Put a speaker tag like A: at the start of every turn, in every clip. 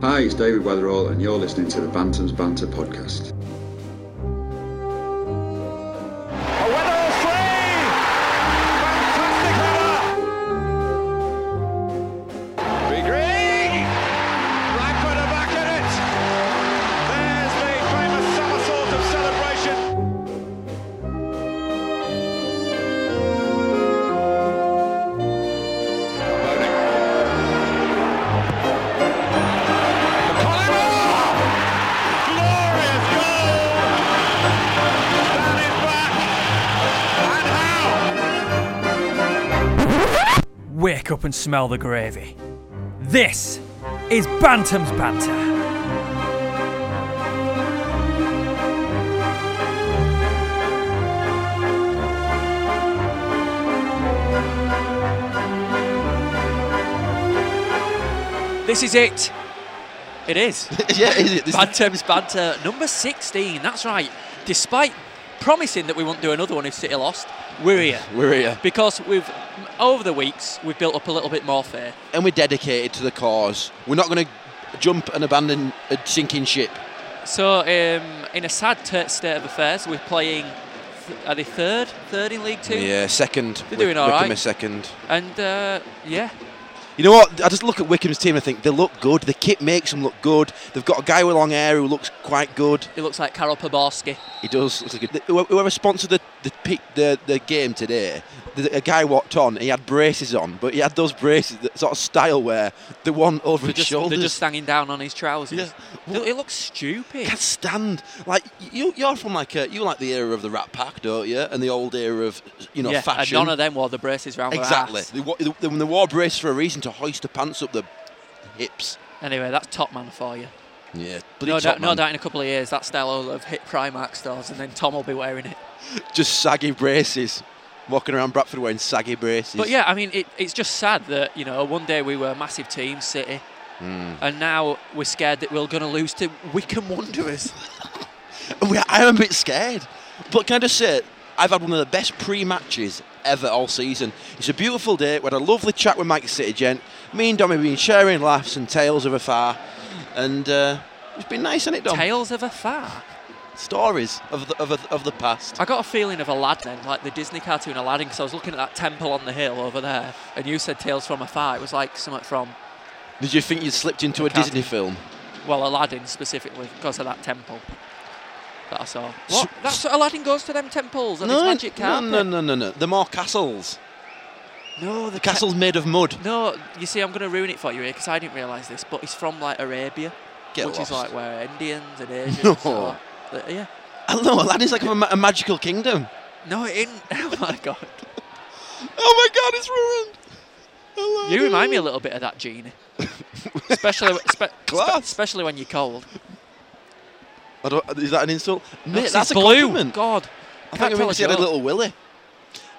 A: Hi, it's David Weatherall, and you're listening to the Bantams Banter podcast.
B: A Weatherall three! Fantastic header! Bigree! Right foot and back in it! There's the famous somersault of celebration. Loading. The Collymore! Glorious goal! That is back! And how?
C: Wake up and smell the gravy. This is Bantam's Banter. This is it. It is.
D: yeah, is it? This
C: Bad Terms Banter number 16. That's right. Despite promising that we wouldn't do another one if City lost, we're here.
D: we're here.
C: Because we've, over the weeks, we've built up a little bit more faith.
D: And we're dedicated to the cause. We're not going to jump and abandon a sinking ship.
C: So, um, in a sad t- state of affairs, we're playing. Th- are they third? Third in League Two?
D: Yeah, second.
C: They're doing all
D: Wickham
C: right.
D: a second.
C: And uh, yeah,
D: You know what? I just look at Wickham's team and think they look good. The kit makes them look good. They've got a guy with long hair who looks quite good.
C: it looks like Karol Poborski.
D: He does. Looks good. Whoever- Whoever sponsored the the, pe- the the game today, the, a guy walked on. He had braces on, but he had those braces that sort of style wear the one over
C: They're
D: his
C: just,
D: shoulders.
C: they're just hanging down on his trousers.
D: Yeah.
C: It- It looks stupid.
D: can't stand like you. You're from like a, you like the era of the Rat Pack, don't you? And the old era of you know
C: yeah,
D: fashion.
C: and none of them wore the braces round
D: exactly.
C: their
D: They, wa- they, they, they wore braces for a reason to hoist the pants up the hips.
C: ass. Anyway, that's top man for you.
D: Yeah, bloody
C: No, doubt-
D: top
C: no
D: man.
C: doubt in a couple of years, that style will have hit Primark stores and then Tom will be wearing it.
D: Just saggy braces, walking around Bradford wearing saggy braces.
C: But yeah, I mean, it, it's just sad that, you know, one day we were a massive team, City,
D: Hmm.
C: and now we're scared that we're going to lose to Wickham Wanderers.
D: And we- I am a bit scared. But can I just say, I've had one of the best pre-matches ever all season. It's a beautiful day. We had a lovely chat with Mike City Gent. Me and Dom have been sharing laughs and tales of afar, and uh, it's been nice, hasn't it, Dom?
C: Tales of a Far.
D: Stories of the, of, the- of the past.
C: I got a feeling of Aladdin, like the Disney cartoon Aladdin, because I was looking at that temple on the hill over there, and you said Tales from Afar. It was like something from,
D: Did you think you'd slipped into a
C: can't-
D: Disney film?
C: well, Aladdin specifically, because of that temple that I saw.
D: S-
C: What? That's Aladdin goes to them temples and his
D: no,
C: magic
D: no,
C: carpet.
D: no, no, no, no. They're more castles.
C: No, the ca-
D: Castles made of mud.
C: No, you see, I'm going to ruin it for you here because I didn't realise this, but it's from like Arabia,
D: Get
C: which
D: lost.
C: is like where Indians and Asians
D: No.
C: are. Th- Yeah.
D: I don't know, Aladdin's like a, ma- a magical kingdom.
C: No, it isn't. Oh my god.
D: Oh my God, it's ruined. Aladdin.
C: You remind me a little bit of that genie. especially, spe-
D: Class.
C: especially when you're cold.
D: I don't, is that an insult? Mate,
C: That's
D: that's a
C: blue.
D: compliment.
C: God.
D: I
C: Can't
D: think
C: tell
D: we
C: a
D: had a
C: joke.
D: little willy.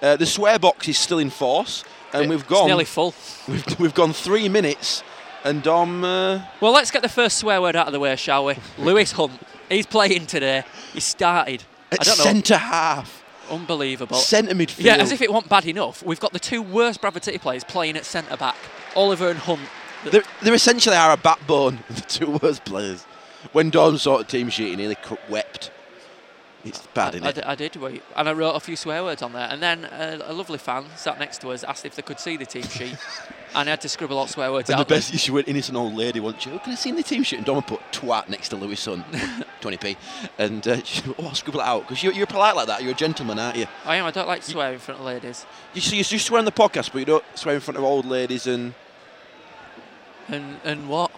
D: Uh, the swear box is still in force, and we've
C: It's
D: gone.
C: nearly full.
D: We've, we've gone three minutes, and Dom. Uh,
C: Well, let's get the first swear word out of the way, shall we? Lewis Hunt. He's playing today. He started. I
D: at
C: don't know.
D: centre half,
C: Unbelievable.
D: centre midfield.
C: Yeah, as if it weren't bad enough. We've got the two worst Bradford City players playing at centre back, Oliver and Hunt.
D: they're, they're essentially are a backbone of the two worst players. When Dom saw the team sheet, he nearly cr- wept. It's bad,
C: I,
D: isn't
C: d-
D: it?
C: I did, wait, and I wrote a few swear words on there. And then uh, a lovely fan sat next to us asked if they could see the team sheet, and I had to scribble out swear words
D: And the
C: out. there.
D: best issue an innocent old lady once. You can I see in the team sheet? And Dom put twat next to Lewis Sun, 20p, and uh, she, oh, I'll scribble it out because you, you're polite like that. You're a gentleman, aren't you?
C: I am. I don't like to swear in front of ladies.
D: You, see, you swear on the podcast, but you don't swear in front of old ladies and
C: And and what?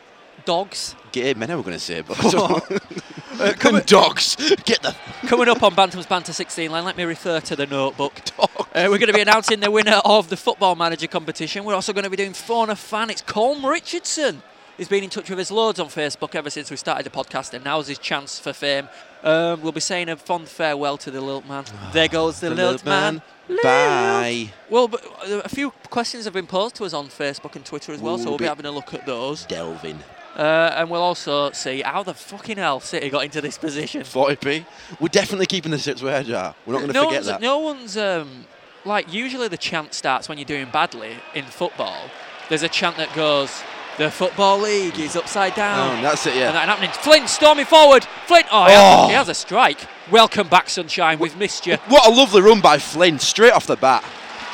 C: Dogs.
D: gay men. I were going to say, but
C: Uh,
D: and dogs. Get the
C: Coming up on Bantam's Banter 16 line, let me refer to the notebook. Uh, we're going to be announcing the winner of the Football Manager competition. We're also going to be doing Fawn a Fan. It's Colm Richardson. He's been in touch with us loads on Facebook ever since we started the podcast, and now's his chance for fame. Um, we'll be saying a fond farewell to the Lilt Man. There goes Ah, the, Lilt Man.
D: Bye.
C: Well, but uh, a few questions have been posed to us on Facebook and Twitter as well, so
D: Ooh,
C: we'll be
D: bit-
C: having a look at those.
D: Delvin.
C: Uh, and we'll also see how the fucking hell City got into this position.
D: 40p. We're definitely keeping the six word jar. We're not going to
C: no
D: forget
C: one's,
D: that.
C: No one's um, like usually the chant starts when you're doing badly in football. There's a chant that goes The Football League is upside down.
D: Oh, that's it,
C: And
D: yeah.
C: that happening. Flint storming forward. Flint. Oh, he has-
D: Oh.
C: he has a strike. Welcome back, sunshine. We've missed you.
D: What a lovely run by Flynn, straight off the bat.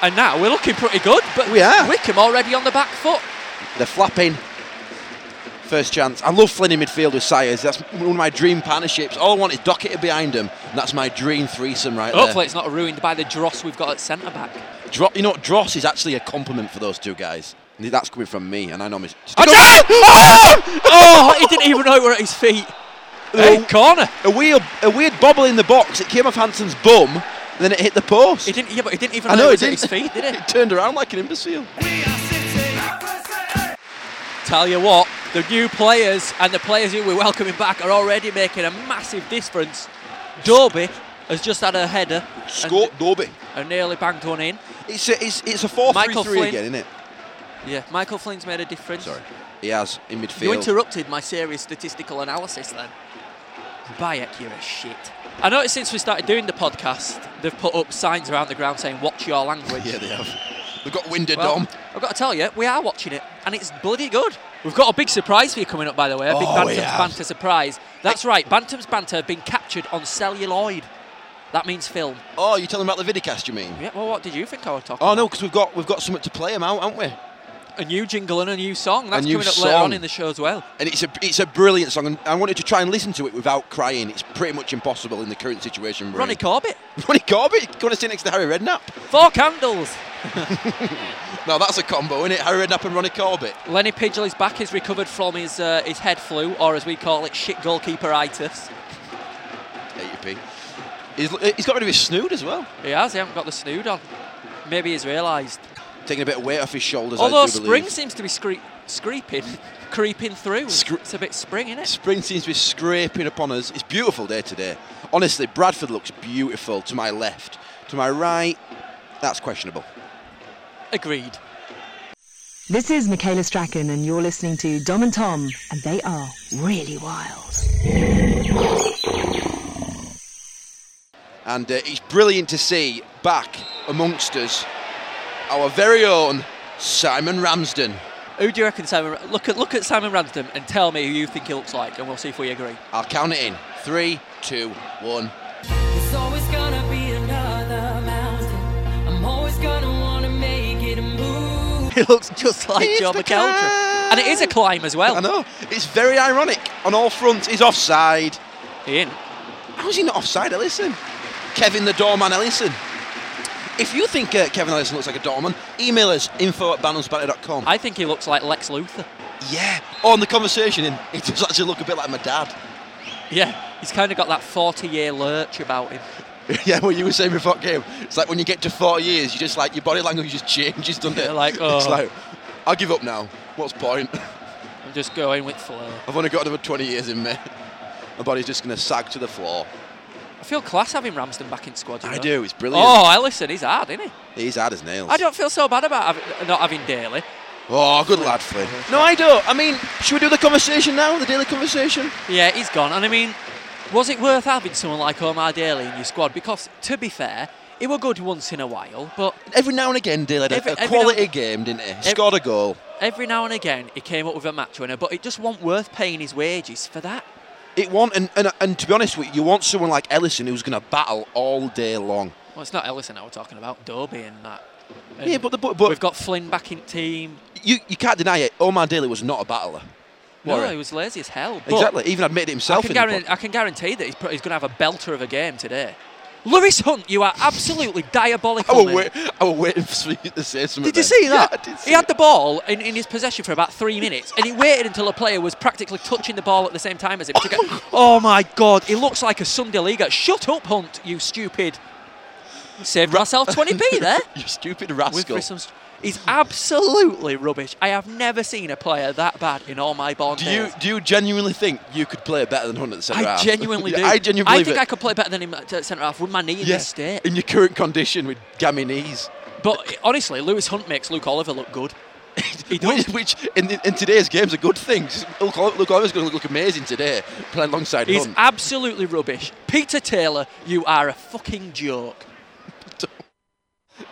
C: And now we're looking pretty good. But
D: We are.
C: Wickham already on the back foot.
D: They're flapping. First chance. I love Flynn in midfield with Sayers. That's one of my dream partnerships. All I want is Dockett behind him. And that's my dream threesome right
C: Hopefully, it's not ruined by the dross we've got at centre back.
D: there. Dro- you know what? Dross is actually a compliment for those two guys. And That's coming from me, and I know mis-
C: Adele!
D: Oh!
C: Oh, he didn't even know it were at his feet. Hey, corner.
D: A weird, a weird bobble in the box. It came off Hanson's bum, and then it hit the post.
C: He didn't. Yeah, but he didn't even
D: I
C: know,
D: know
C: it
D: it
C: was at
D: didn't.
C: his feet, did he?
D: It turned around like an imbecile.
C: Tell you what, the new players and the players who we're welcoming back are already making a massive difference. Dobie has just had a header and-
D: Dobie.
C: and, nearly banged one in.
D: It's a, it's, it's a 4
C: Michael
D: 3
C: Flynn.
D: again, isn't it?
C: Yeah, Michael Flynn's made a difference.
D: Sorry. He has in midfield.
C: You interrupted my serious statistical analysis then. Bayek, you're a shit. I noticed since we started doing the podcast, they've put up signs around the ground saying, Watch your language.
D: yeah, they have. They've got winded
C: Well,
D: Dom.
C: I've got to tell you, we are watching it, and it's bloody good. We've got a big surprise for you coming up, by the way. A big
D: Oh,
C: Bantam's
D: we have.
C: Banter surprise. That's right, Bantam's Banter have been captured on celluloid. That means film.
D: Oh, you're telling about the vidicast, you mean?
C: Yeah, well, what did you think I was talking
D: Oh no, because we've got we've got something to play them out, haven't we?
C: about? A new jingle and a new song. That's
D: new
C: coming up later on
D: song.
C: in the show as well.
D: And it's a it's a brilliant song, and I wanted to try and listen to it without crying. It's pretty much impossible in the current situation. We're
C: Ronnie
D: in.
C: Corbett.
D: Ronnie Corbett, you want to sit next to Harry Redknapp?
C: Four Candles.
D: No, that's a combo, isn't it? Harry Redknapp and Ronnie Corbett.
C: Lenny Pidgel is back. He's recovered from his uh, his head flu, or as we call it, shit goalkeeperitis.
D: Yeah, you pig. He's, he's got rid of his snood as well,
C: He has. He hasn't got the snood on. Maybe he's realised.
D: taking a bit of weight off his shoulders.
C: Although
D: I do believe.
C: spring seems to be scree- scraping, creeping through.
D: Scre-
C: it's a bit spring, isn't it?
D: Spring seems to be scraping upon us. It's a beautiful day today. Honestly, Bradford looks beautiful to my left. To my right, that's questionable.
C: Agreed.
E: This is Michaela Strachan, and you're listening to Dom and Tom, and they are really wild.
D: And uh, it's brilliant to see back amongst us our very own Simon Ramsden.
C: Who do you reckon Simon? Ra- Look at look at Simon Ramsden and tell me who you think he looks like, and we'll see if we agree.
D: I'll count it in. Three, two, one.
F: It's always gonna be another mountain. I'm always gonna wanna make it a move.
C: He looks just like
D: It's
C: Joe
D: the
C: McElroy,
D: climb.
C: and it is a climb as
D: I
C: well.
D: know, it's very ironic on all fronts. He's offside.
C: Ian,
D: How's he not offside, Ellison? Kevin the doorman, Ellison. If you think uh, Kevin Ellison looks like a doorman, email us info at bannonsbanner.com.
C: I think he looks like Lex Luthor.
D: Yeah, on the conversation, and it does actually look a bit like my dad.
C: Yeah, he's kind of got that 40-year lurch about him.
D: yeah, what you were saying before game. It's like when you get to 40 years, you just like your body language just changes, doesn't
C: Yeah,
D: it?
C: like,
D: it's
C: oh.
D: like I give up now. What's the point?
C: I'm just going with flair.
D: I've only got another 20 years in me. My body's just gonna sag to the floor.
C: I feel class having Ramsden back in squad. you
D: I
C: know.
D: do. It's brilliant.
C: Oh, Ellison, he's hard, isn't he?
D: He's hard as nails.
C: I don't feel so bad about having, not having Daly.
D: Oh, good lad, Flynn. No, I don't. I mean, should we do the conversation now? The daily conversation?
C: Yeah, he's gone. And I mean, was it worth having someone like Omar Daly in your squad? Because to be fair, he were good once in a while, but
D: Every now and again, Dale had a-
C: Every-
D: a
C: every
D: quality
C: now-
D: game, didn't he? Scored a goal.
C: every now and again he came up with a match winner. But it just wasn't worth paying his wages for that.
D: It won, and, and, and to be honest with you, you want someone like Ellison who's going to battle all day long.
C: Well, it's not Ellison I we're talking about, Dobie and that. And
D: Yeah, but the but, but
C: we've got Flynn back in team.
D: you, you can't deny it. Omar Daly was not a battler.
C: No,
D: Warren.
C: he was lazy as hell. but
D: exactly. Even admitted it
C: I
D: himself.
C: can,
D: in the
C: guarantee, I can guarantee that he's, pro- he's going to have a belter of a game today. Lewis Hunt, you are absolutely diabolical.
D: pod. I was,
C: mate.
D: Oh, wait, I was waiting for you to say something.
C: Did you
D: then.
C: see that?
D: Yeah, I did see
C: he had
D: it.
C: the ball in, in his possession for about three minutes, and he waited until a player was practically touching the ball at the same time as him. to get- oh my God! He looks like a Sunday leaguer. Shut up, Hunt! You stupid. Saved myself 20p there.
D: You stupid
C: With
D: rascal.
C: Grissom. St- He's absolutely rubbish. I have never seen a player that bad in all my born
D: Do you
C: days.
D: do you genuinely think you could play better than Hunt at centre
C: I
D: half?
C: genuinely
D: Yeah,
C: do.
D: I genuinely believe
C: think
D: it.
C: I could play better than him at at centre half with my knee in
D: Yeah,
C: this state.
D: in your current condition with gammy knees.
C: But honestly, Lewis Hunt makes Luke Oliver look good. He does.
D: Which, which in, the, in today's game's a good thing. Look, look, always going to look amazing today playing alongside
C: He's
D: Hunt.
C: absolutely rubbish. Peter Taylor, you are a fucking joke.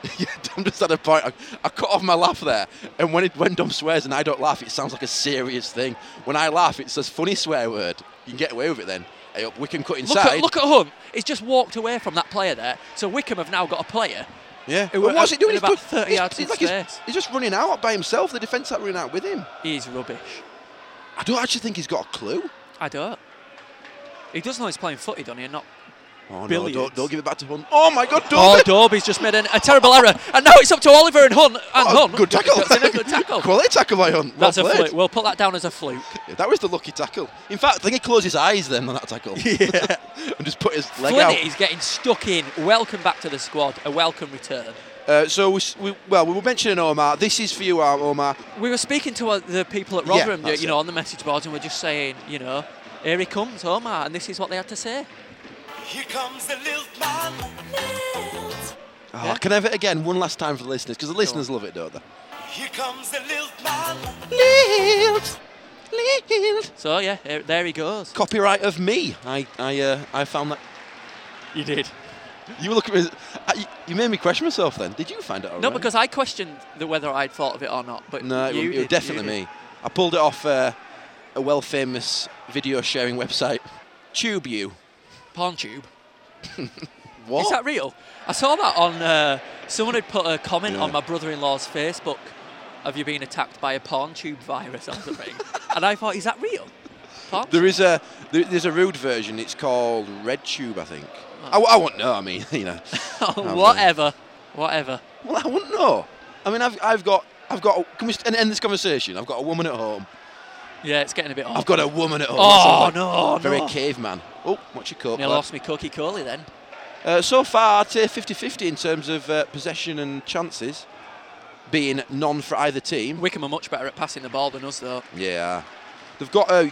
D: yeah, Dom just had a point. I, I cut off my laugh there, and when it, when Dom swears and I don't laugh, it sounds like a serious thing. When I laugh, it's a funny swear word. You can get away with it then. Hey, up, we can cut
C: Look
D: inside.
C: at, look at Hunt. He's just walked away from that player there. So Wickham have now got a player.
D: yeah.
C: Who
D: But
C: were
D: what's he
C: out in
D: doing? He's,
C: about
D: put-
C: 30
D: he's-
C: yards
D: he's
C: of
D: like he's,
C: space.
D: he's just running out by himself. The defence are running out with him.
C: He's rubbish.
D: I don't actually think he's got a clue.
C: I don't. He does know he's playing footy, doesn't he? and Not.
D: Oh no!
C: Billions.
D: Don't, don't give it back to Hunt. Oh my God! Don't
C: Oh, Dobie's just made an, a terrible error, and now it's up to Oliver and Hunt. And
D: Oh,
C: Hunt.
D: good tackle.
C: That's a good tackle.
D: Quality tackle by Hunt. Well
C: That's a
D: played.
C: fluke. We'll put that down as a fluke.
D: Yeah, that was the lucky tackle. In fact, I think he closed his eyes then on that tackle. Yeah. and just put his leg
C: Flint is
D: out.
C: getting stuck in. Welcome back to the squad. A welcome return.
D: Uh, so, we, s- we, well, we were mentioning Omar. This is for you, uh, Omar.
C: We were speaking to uh, the people at
D: Yeah,
C: Rotherham,
D: that's
C: you
D: it.
C: know, on the message boards, and we're just saying, you know, here he comes, Omar, and this is what they had to say.
G: Here comes the little man.
D: Oh,
C: Yeah.
D: Can I have it again one last time for the listeners? Because the listeners love it, don't they?
G: Here comes the little man.
D: Lilt. Lilt.
C: So yeah, here- there he goes.
D: Copyright of me. I I uh, I found that.
C: You did.
D: You were looking at me. I- you- You made me question myself then. Did you find it out?
C: No, because I questioned the, whether I'd thought of it or not, but
D: No, it,
C: you
D: was, it was
C: did, you
D: definitely
C: did.
D: me. I pulled it off uh, a well famous video sharing website, Tube You.
C: PornTube.
D: What?
C: Is that real? I saw that on. Uh, someone had put a comment on
D: Yeah.
C: my brother-in-law's Facebook. Have you been attacked by a porn tube virus or something? and I thought, is that real? Porn
D: There is a there, there's a rude version. It's called Red Tube, I think. I, w- I won't know. I mean, you know.
C: tube?
D: I mean-
C: whatever, whatever.
D: Well, I won't know. I mean, I've, I've got I've got. A, can we end, end this conversation? I've got a woman at home.
C: Yeah, it's getting a bit. Awkward.
D: I've got a woman at home.
C: Oh
D: That sounds
C: no,
D: like Very
C: no.
D: caveman. Oh, watch your coat.
C: Nearly
D: lad.
C: lost me cookie curly then.
D: Uh, so far, I'd say 50-50 in terms of uh, possession and chances, being none for either team.
C: Wickham are much better at passing the ball than us though.
D: Yeah, they've got uh,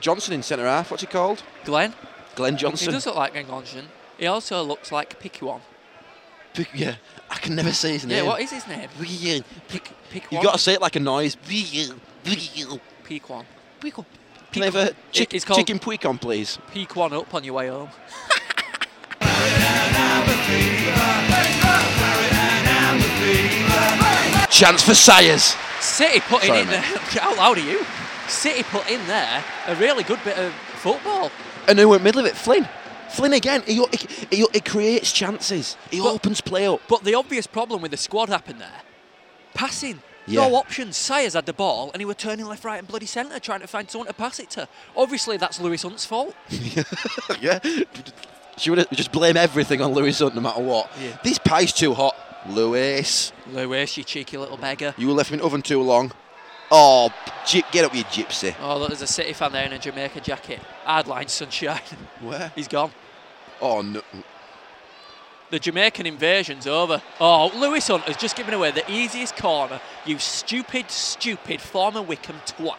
D: Johnson in centre half. What's he called?
C: Glenn,
D: Glenn
C: he
D: Johnson.
C: does look like Gengonjan. He also looks like Piquan.
D: Pick- yeah, I can never say his
C: Yeah,
D: name.
C: what is his name?
D: Pick- pick-
C: Pick
D: you
C: one.
D: got to say it like a noise. Can
C: Piquan.
D: I have a chick-
C: it's called-
D: chicken pecan, please?
C: Piquan up on your way home.
D: Chance for Sayers.
C: City putting
D: Sorry,
C: in
D: mate.
C: there. How loud are you? City put in there a really good bit of football.
D: And who went middle of it? Flynn. Flynn again. He, he, he, he creates chances. He
C: But-
D: opens play up.
C: But the obvious problem with the squad happened there passing.
D: Yeah.
C: No options. Sayers had the ball and he were turning left, right, and bloody centre trying to find someone to pass it to. Obviously, that's Lewis Hunt's fault.
D: yeah. She would just blame everything on Lewis Hunt no matter what.
C: Yeah.
D: This pie's too hot. Lewis,
C: Lewis, you cheeky little beggar.
D: you left me in the oven too long. Oh, gy- get up, you gypsy.
C: Oh, look, there's a City fan there in a Jamaica jacket. Hardline sunshine.
D: Where?
C: He's gone.
D: Oh, no.
C: The Jamaican invasion's over. Oh, Lewis Hunt has just given away the easiest corner. You stupid, stupid former Wickham twat.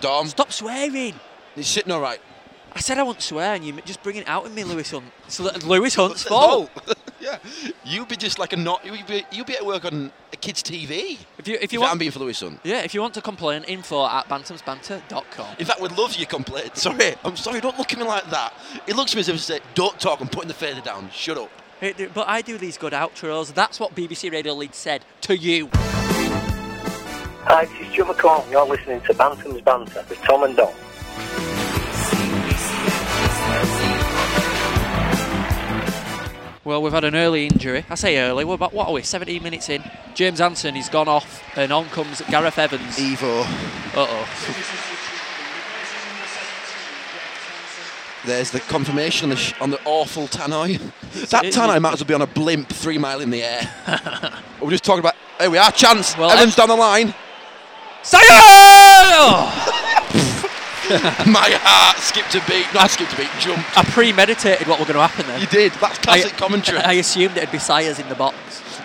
D: Dom,
C: Stop swearing.
D: he's sitting all right.
C: I said I won't swear, and you just bring it out in me, Lewis Hunt. It's L- Lewis Hunt's fault.
D: yeah. You'd be just like a not. You'd be, you'd be at work on a kid's TV.
C: If you if you
D: if I'm
C: want,
D: being for Lewis Hunt.
C: yeah, if you want to complain, info at bantamsbanter.com.
D: In fact, we'd love your complaint. Sorry, I'm sorry, don't look at me like that. It looks at me as if I said, don't talk, I'm putting the feather down, shut up.
C: It do- But I do these good outros. That's what BBC Radio Leeds said to you.
H: Hi, this is Joe McCall, and you're listening to Bantam's Banter with Tom and Dom.
C: Well, we've had an early injury. I say early. We're about what are we? 17 minutes in. James Anson is gone off, and on comes Gareth Evans. Uh
D: Evo,
C: oh.
D: there's the confirmation on the, sh- on the awful tannoy. That
C: It-
D: tannoy
C: it-
D: might as well be on a blimp three mile in the air. We're just talking about, here we are, chance,
C: Well,
D: Evans down the line.
C: Sayo!
D: My heart skipped a beat, not skipped a beat, jumped.
C: I premeditated what were going to happen then.
D: You did, that's classic commentary.
C: I assumed it'd be Sayers in the box.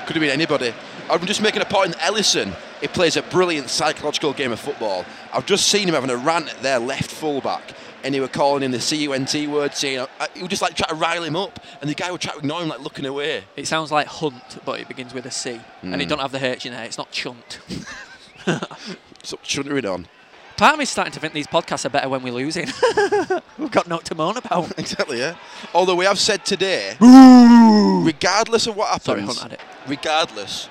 D: Could have been anybody. I'm just making a point in Ellison. He plays a brilliant psychological game of football. I've just seen him having a rant at their left fullback, and they were calling him the C-U-N-T word, saying uh, he would just like try to rile him up, and the guy would try to ignore him, like looking away.
C: It sounds like hunt, but it begins with a
D: Hmm.
C: C, and it don't have the H in there. It's not chunt.
D: So chuntering on.
C: Part of me's starting to think these podcasts are better when we're losing. We've got naught to moan about.
D: Exactly, yeah. Although we have said today, regardless of what happens,
C: Sorry, Hunt had it.
D: regardless,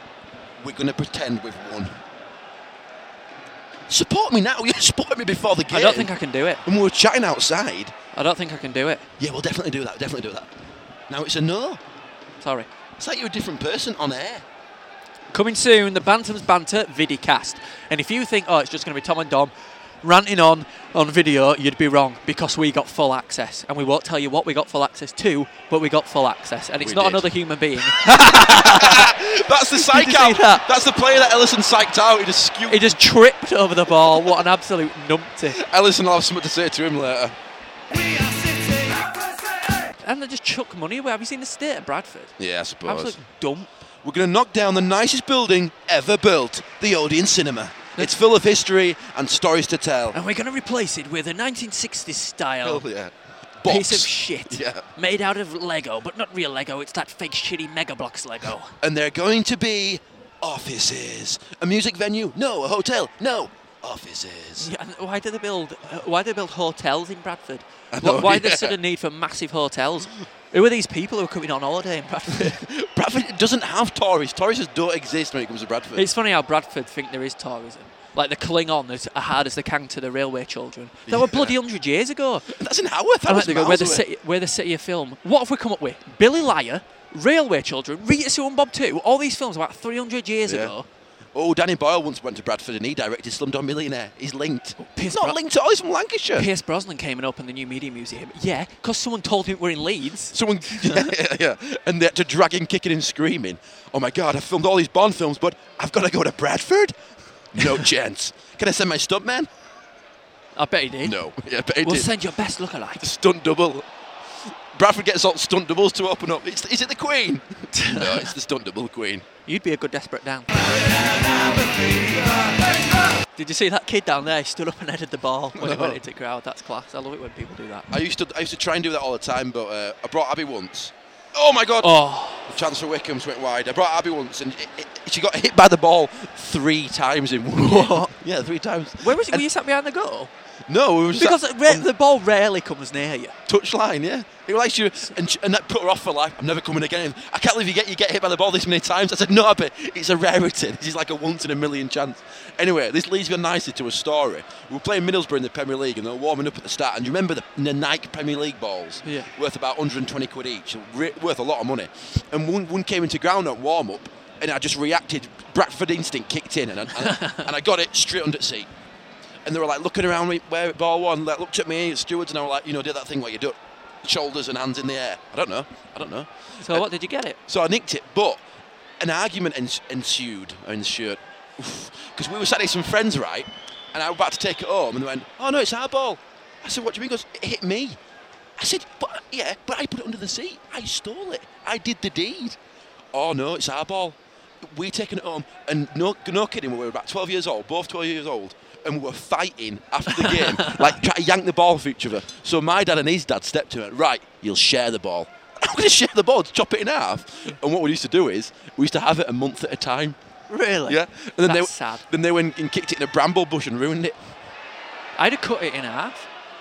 D: we're going to pretend we've won. Support me now. You supported me before the game.
C: I don't think I can do it.
D: When we were chatting outside,
C: I don't think I can do it.
D: yeah, we'll definitely do that. Definitely do that. Now it's a no.
C: Sorry.
D: It's like you're a different person on air.
C: Coming soon, the Bantams Banter Vidicast. And if you think, oh, it's just going to be Tom and Dom ranting on on video, you'd be wrong because we got full access. And we won't tell you what we got full access to, but we got full access. And it's
D: We
C: not
D: did.
C: another human being.
D: That's the psych
C: you see
D: out.
C: that?
D: That's the player that Ellison psyched out. He just skewed.
C: he just tripped over the ball. What an absolute numpty.
D: Ellison will have something to say to him later.
C: And they just chuck money away. Have you seen the state of Bradford?
D: Yeah, I suppose.
C: Absolute dump.
D: We're going to knock down the nicest building ever built, the Odeon Cinema. It's full of history and stories to tell.
C: And we're going to replace it with a 1960s style
D: Hell yeah.
C: piece
D: Box.
C: of shit
D: Yeah.
C: made out of Lego, but not real Lego. It's that fake shitty Mega Bloks Lego.
D: And they're going to be offices. A music venue? No. A hotel? No. Offices.
C: Yeah, and why do they build? uh, Why do they build hotels in Bradford? Why,
D: I know,
C: why the
D: yeah.
C: sudden need for massive hotels? Who are these people who are coming on holiday in Bradford?
D: Bradford doesn't have Tories. Tories just don't exist when it comes to Bradford.
C: it's funny how Bradford think there is tourism. Like they cling on as hard as they can to the railway children. They were bloody hundred years ago.
D: That's an hour.
C: I like
D: That
C: to
D: was
C: go where the
D: miles away.
C: city, where the city of film. What have we come up with? Billy Liar, Railway Children, Rita Sue and Bob Two. All these films about three hundred years
D: Yeah.
C: ago.
D: Oh, Danny Boyle once went to Bradford and he directed Slumdog Millionaire. He's linked.
C: Piers
D: He's not
C: Oh, Bra-
D: linked at all. He's from Lancashire.
C: Pierce Brosnan came and opened the new media museum. Yeah, because someone told him we're in Leeds.
D: Someone, yeah, yeah, yeah. and they had to drag him kicking and screaming. Oh my God, I filmed all these Bond films, but I've got to go to Bradford? No chance. Can I send my stunt man?
C: I bet he did.
D: No. Yeah, but it
C: We'll
D: did.
C: send your best lookalike.
D: the stunt double. Bradford gets all stunt doubles to open up. It's, is it the Queen? no, it's the stunt double Queen.
C: You'd be a good desperate down. Did you see that kid down there? He stood up and headed the ball when it went
D: No.
C: into crowd. That's class. I love it when people do that.
D: I used to I used to try and do that all the time, but uh, I brought Abby once. Oh my God!
C: Oh,
D: The chance for Wickham went wide. I brought Abby once, and it, it, she got hit by the ball three times in one. What? Yeah, three times.
C: where was it? Were you sat behind the goal?
D: No, we were just
C: Because it ra- the ball rarely comes near you.
D: touchline, yeah. He likes you, and, sh- and that put her off for life. I'm never coming again. I can't believe you get you get hit by the ball this many times. I said, no, Abby, it's a rarity. This is like a once in a million chance. Anyway, this leads me nicely to a story. We were playing Middlesbrough in the Premier League, and they were warming up at the start. And you remember the, the Nike Premier League balls,
C: Yeah.
D: worth about 120 quid each, re- worth a lot of money. And one, one came into ground at warm up, and I just reacted. Bradford instinct kicked in, and I, and, I, and I got it straight under the seat and they were like looking around me where it ball one like, looked at me stewards and I were like you know did that thing where you do it, shoulders and hands in the air I don't know I don't know
C: So what did you get it?
D: so I nicked it but an argument ens- ensued ensued because we were sat with some friends right and I was about to take it home and they went oh no it's our ball I said what do you mean He goes it hit me I said but yeah but I put it under the seat I stole it I did the deed oh no it's our ball we taken it home and no, no kidding we were about 12 years old both 12 years old and we were fighting after the game like trying to yank the ball for each other so my dad and his dad stepped to it right you'll share the ball I'm going to share the ball chop it in half and what we used to do is we used to have it a month at a time
C: Really?
D: yeah and then
C: That's
D: they
C: sad.
D: then they went and kicked it in a bramble bush and ruined it
C: I'd have cut it in half.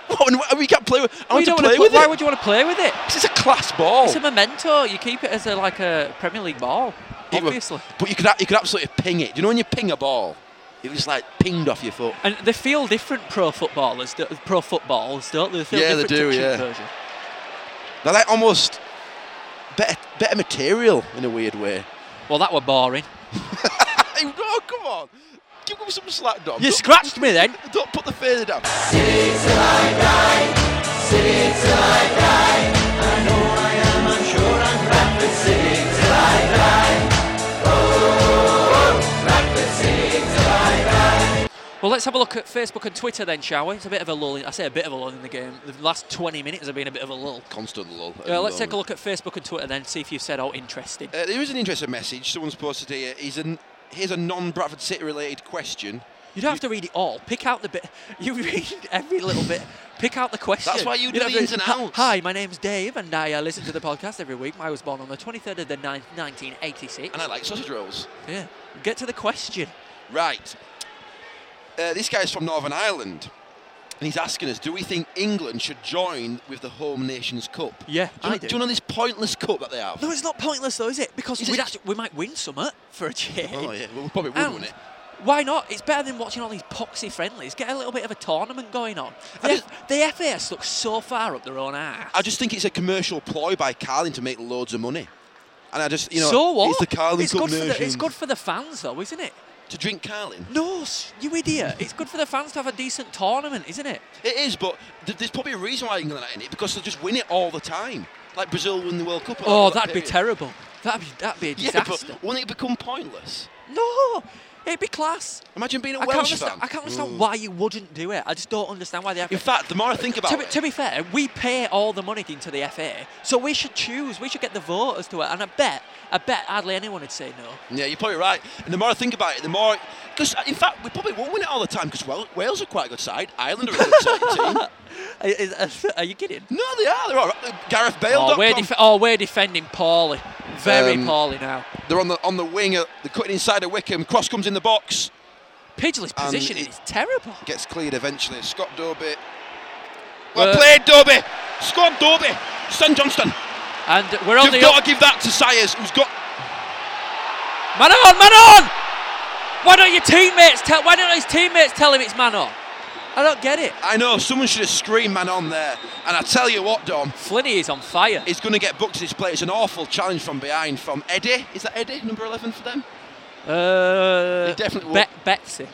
D: what, and what- we can't play with I
C: Well, you
D: want to
C: don't
D: play
C: wanna
D: with
C: put- why
D: it Oh.
C: would you want to play with it?
D: 'Cause it's a class ball
C: It's a memento. You keep it as a like a Premier League ball.
D: It was-
C: Obviously.
D: but you could a- you could absolutely ping it. Do you know when you ping a ball, it was like pinged off your foot.
C: And they feel different pro footballers, do- pro footballs, don't they? they feel
D: Yeah, they
C: different
D: do,
C: touching
D: yeah.
C: version.
D: They're like almost better better material in a weird way.
C: Well, that were boring.
D: Hey, oh come on, give them some slack, Dom.
C: You
D: Don't-
C: scratched me then.
D: Don't put the fader down.
C: Well, let's have a look at Facebook and Twitter then, shall we? It's a bit of a lull. In, I say a bit of a lull in the game. The last 20 minutes have been a bit of a lull.
D: Constant lull. at
C: Uh,
D: the
C: let's take a
D: moment.
C: look at Facebook and Twitter then, see if you've said, oh, interesting.
D: Uh, there is an interesting message someone's posted here. He's an here's a non-Bradford City related question.
C: You don't have to read it all. Pick out the bit. You read every little bit. Pick out the question.
D: why you do
C: don't
D: the
C: have
D: ins
C: to-
D: and
C: "Hi-
D: outs."
C: Hi, my name's Dave, and I uh, listen to the podcast every week. I was born on the 23rd of the 9th, 1986.
D: And I like sausage rolls.
C: Yeah. Get to the question.
D: Right. Uh, this guy's from Northern Ireland. And he's asking us, do we think England should join with the Home Nations Cup?
C: Yeah,
D: do you,
C: I
D: know,
C: do.
D: you know this pointless cup that they have?
C: No, it's not pointless though, is it? Because
D: Is
C: we'd
D: it-
C: actually, we might win some uh, for a change.
D: Oh, yeah, well, we probably would,
C: And
D: wouldn't it?
C: Um, Why not? It's better than watching all these poxy friendlies. Get a little bit of a tournament going on.
D: I
C: The,
D: just-
C: F- the FAS looks so far up their own ass.
D: I just think it's a commercial ploy by Carlin to make loads of money. And I just, you know,
C: so what?
D: it's the Carlin
C: It's
D: Cup
C: good for the, It's
D: Nations.
C: good for the fans though, isn't it?
D: to drink Carlin.
C: No, s- you idiot. it's good for the fans to have a decent tournament, isn't it?
D: It is, but th- there's probably a reason why England are in it because they just win it all the time. Like Brazil won the World Cup. and all
C: Oh,
D: that
C: that'd be
D: period.
C: terrible. That'd be, that'd be a
D: Yeah,
C: disaster.
D: but wouldn't it become pointless?
C: No, it'd be class.
D: Imagine being a
C: I can't,
D: Welsh
C: understand,
D: fan.
C: I can't understand why you wouldn't do it. I just don't understand why they have
D: In fact, the more I think about
C: to, be,
D: it,
C: to be fair, we pay all the money into the FA, so we should choose. We should get the vote as to it. And I bet, I bet hardly anyone would say no.
D: yeah, you're probably right. And the more I think about it, the more because in fact we probably won't win it all the time because well, Wales are quite a good side. Ireland are a good side team.
C: Are, is- are you kidding?
D: No, they are. They're all right. Gareth Bale.
C: Oh we're, def- oh, we're defending poorly. Very
D: Um,
C: poorly now.
D: They're on the on the wing. uh, They're cutting inside of Wickham. Cross comes in the box.
C: Pidgley's
D: um,
C: positioning
D: it-
C: is terrible.
D: Gets cleared eventually. Scott Dobie.
C: Uh,
D: Well played, Dobie. Scott Dobie. Stan Johnston.
C: And we're on
D: You've
C: the.
D: got to give that to Sayers, who's got.
C: man on, man on! Why don't your teammates tell? Why don't his teammates tell him it's man on? I don't get it.
D: I know someone should have screamed man on there. And I tell you what, Dom,
C: Flinny is on fire.
D: he's going to get booked to this play. It's an awful challenge from behind from Eddie. Is that Eddie number eleven for them?
C: Uh,
D: He definitely
C: Be-
D: will-
C: Betsy.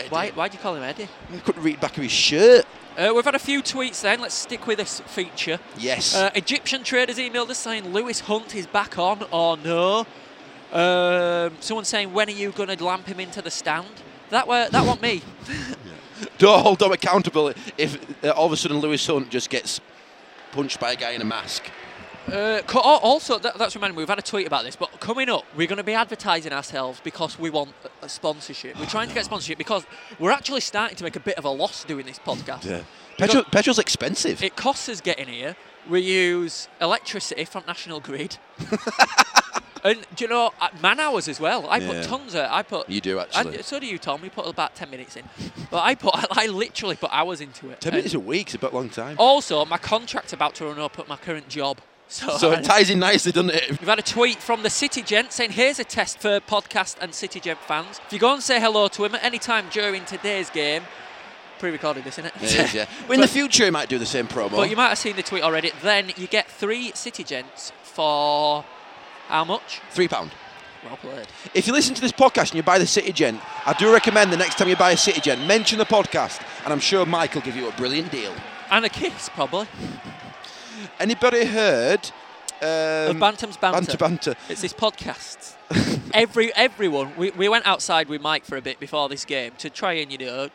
D: Eddie.
C: Why? Why do you call him Eddie?
D: I couldn't read back of his shirt.
C: Uh, we've had a few tweets then. Let's stick with this feature.
D: Yes.
C: Uh, Egyptian traders emailed us saying Lewis Hunt is back on or no. Um, someone saying when are you going to lamp him into the stand? That were that want me.
D: Don't hold Dom accountable if uh, all of a sudden Lewis Hunt just gets punched by a guy in a mask.
C: Uh, co- oh, also, that, that's reminding me, we've had a tweet about this, but coming up, we're going to be advertising ourselves because we want a, a sponsorship. We're trying to get sponsorship because we're actually starting to make a bit of a loss doing this podcast.
D: Petrol, petrol's expensive.
C: It costs us getting here. We use electricity from National Grid. and do you know, uh, man hours as well. I
D: Yeah.
C: put tons of. I put.
D: You do,
C: I-
D: actually.
C: so do you, Tom. We put about ten minutes in, but I put. I literally put hours into it.
D: Ten
C: And
D: minutes a week is a bit long time.
C: also, my contract's about to run up at my current job. So,
D: so
C: I-
D: it ties in nicely, doesn't it?
C: We've had a tweet from the City Gent saying, here's a test for podcast and City Gent fans. If you go and say hello to him at any time during today's game, pre-recorded this, isn't it?
D: It is, yeah. Well, in the future, he might do the same promo.
C: But you might have seen the tweet already. Then you get three City Gents for how much?
D: Three pound.
C: Well played.
D: If you listen to this podcast and you buy the City Gen, I do recommend the next time you buy a City Gen, mention the podcast, and I'm sure Mike will give you a brilliant deal.
C: And a kiss, probably.
D: Anybody heard?
C: of
D: Um,
C: Bantam's Banter.
D: banter, banter.
C: It's this podcast. Every Everyone, we, we went outside with Mike for a bit before this game to try and, you know,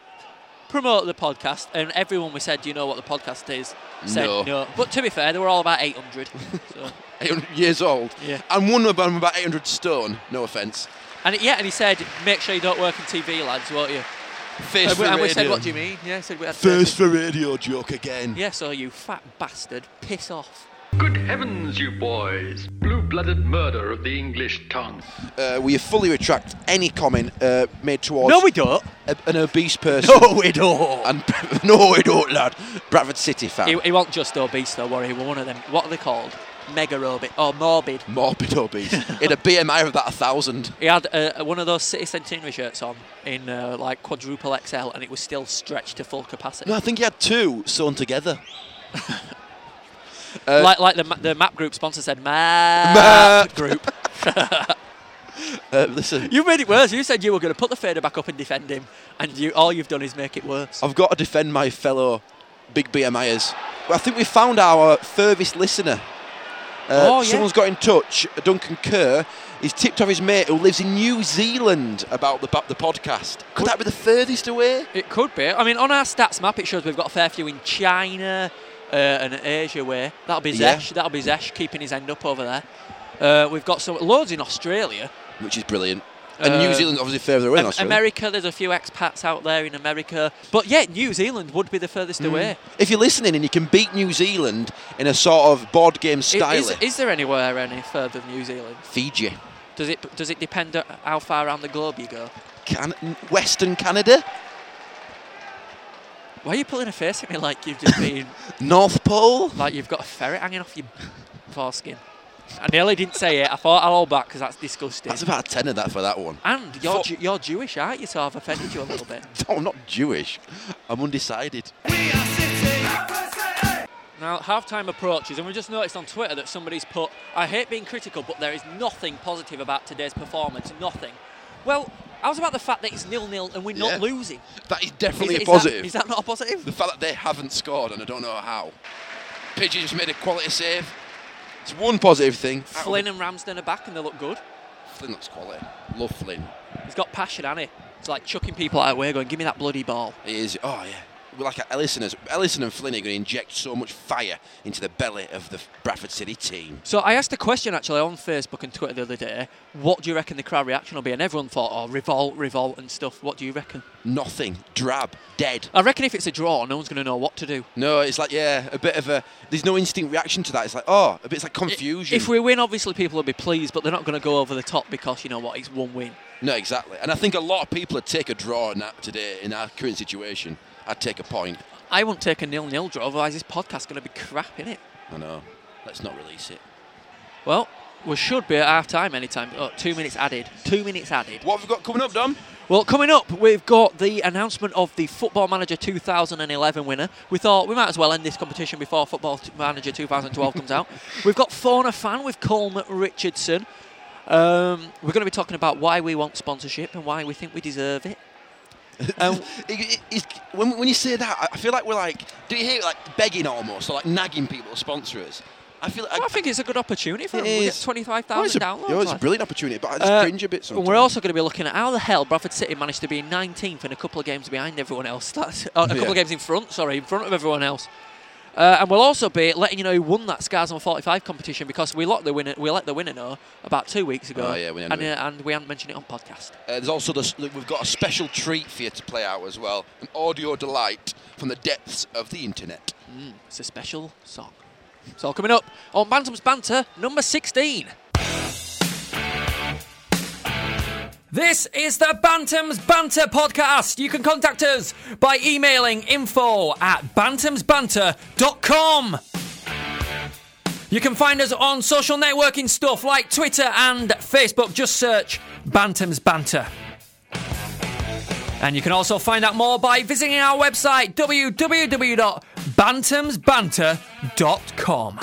C: promote the podcast. And everyone we said, do you know what the podcast is? Said
D: No.
C: no. But to be fair, they were all about 800. so.
D: 800 years old.
C: Yeah.
D: And one of them about 800 stone. No offence.
C: And it- yeah, and he said, make sure you don't work in TV, lads, won't you?
D: Face
C: And we,
D: for
C: and
D: radio.
C: we said, what do you mean? Yeah, he said we had
D: Face for radio joke again.
C: Yeah, so you fat bastard, piss off.
I: Good heavens, you boys! Blue blooded murder of the English tongue.
D: Uh, we fully retract any comment uh, made towards
C: don't.
D: a- an obese person. No, we don't. And no, we don't, lad. Bradford City fan.
C: He, he wasn't just obese though, were he? He was one of them. What are they called? Mega obese or morbid?
D: Morbid obese. in a BMI of about a thousand.
C: He had uh, one of those City Centenary shirts on in uh, like quadruple XL, and it was still stretched to full capacity.
D: No, I think he had two sewn together.
C: like like the ma- the map group sponsor said, map.
D: Ah. group. uh, listen,
C: You made it worse. You said you were going to put the fader back up and defend him, and you all you've done is make it worse.
D: I've got to defend my fellow big BMIers. Well, I think we found our furthest listener. Uh,
C: Oh, yeah.
D: Someone's got in touch, Duncan Kerr. He's tipped off his mate who lives in New Zealand about the, about the podcast. Could that be the furthest away?
C: It could be. I mean, on our stats map, it shows we've got a fair few in China uh, and Asia. Way that'll be
D: Yeah.
C: Zesh. That'll be Zesh keeping his end up over there. Uh, we've got some loads in Australia,
D: Which is brilliant. And New
C: Uh,
D: Zealand obviously further away than
C: Am-
D: Australia.
C: America. There's a few expats out there in America, but yeah, New Zealand would be the furthest
D: Mm.
C: away.
D: If you're listening and you can beat New Zealand in a sort of board game
C: I-
D: style,
C: Is, is there anywhere any further than New Zealand?
D: Fiji,
C: Does it does it depend on how far around the globe you go?
D: Can- Western Canada,
C: Why are you pulling a face at me like you've just been
D: North Pole?
C: like you've got a ferret hanging off your foreskin? I nearly didn't say it. I thought I'll hold back because that's disgusting.
D: That's about a tenner that for that one.
C: and you're
D: Fuck.
C: Ju- you're Jewish, aren't you? So I've offended you a little bit.
D: No, I'm not Jewish. I'm undecided.
C: Now, halftime approaches, and we just noticed on Twitter that somebody's put, I hate being critical, but there is nothing positive about today's performance. Nothing. Well, how's about the fact that it's nil nil and we're
D: Yeah.
C: not losing?
D: That is definitely
C: is,
D: a
C: is
D: positive.
C: That, is that not a positive?
D: The fact that they haven't scored, and I don't know how. Pidgey just made a quality save. It's one positive thing.
C: Flynn and Ramsden are back and they look good.
D: Flynn looks quality. Love Flynn.
C: He's got passion, hasn't he? It's like chucking people out of the way, going, give me that bloody ball.
D: He is. Oh yeah. We're Like at Ellison, is- Ellison and Flynn are going to inject so much fire into the belly of the Bradford City team.
C: So I asked a question actually on Facebook and Twitter the other day. What do you reckon the crowd reaction will be? And everyone thought, oh, revolt, revolt, and stuff. What do you reckon?
D: Nothing, drab, dead.
C: I reckon if it's a draw, no one's going to know what to do.
D: No, it's like yeah, a bit of a. There's no instinct reaction to that. It's like oh, a bit. It's like confusion.
C: If we win, obviously people will be pleased, but they're not going to go over the top because you know what? It's one win.
D: no, exactly. And I think a lot of people would take a draw in that today in our current situation. I'd take a point.
C: I won't take a nil-nil draw, otherwise this podcast's going to be crap, innit?
D: I know. Let's not release it.
C: Well, we should be at half time anytime. Oh, two minutes added. Two minutes added.
D: What have we got coming up, Dom?
C: Well, coming up, we've got the announcement of the Football Manager 2011 winner. We thought we might as well end this competition before Football t- Manager 2012 comes out. We've got Fauna Fan with Colm Richardson. Um, we're going to be talking about why we want sponsorship and why we think we deserve it. Um,
D: It- it- it's- when, when you say that, I- I feel like we're like, do you hear like begging almost, or like nagging people to sponsor us? I feel like
C: Well, I think it's a good opportunity for
D: It
C: them. We get
D: is. Oh, it's
C: 25,000
D: a,
C: downloads.
D: yeah, it's a
C: like.
D: brilliant opportunity, but I just
C: Uh,
D: cringe a bit
C: And
D: sometimes.
C: we're also going to be looking at how the hell Bradford City managed to be 19th and a couple of games behind everyone else. That's uh, a couple
D: Yeah.
C: of games in front, sorry, in front of everyone else. Uh, and we'll also be letting you know who won that Scars on 45 competition because we let the winner we let the winner know about two weeks ago.
D: Oh, yeah, we
C: and,
D: didn't
C: uh,
D: do it.
C: and we hadn't mentioned it on podcast.
D: Uh, there's also this, look, we've got a special treat for you to play out as well, an audio delight from the depths of the internet.
C: It's a special song. So coming up on Bantam's Banter, number 16. This is the Bantams Banter podcast. You can contact us by emailing info at bantamsbanter.com. You can find us on social networking stuff like Twitter and Facebook. Just search Bantams Banter. And you can also find out more by visiting our website www.bantamsbanter.com.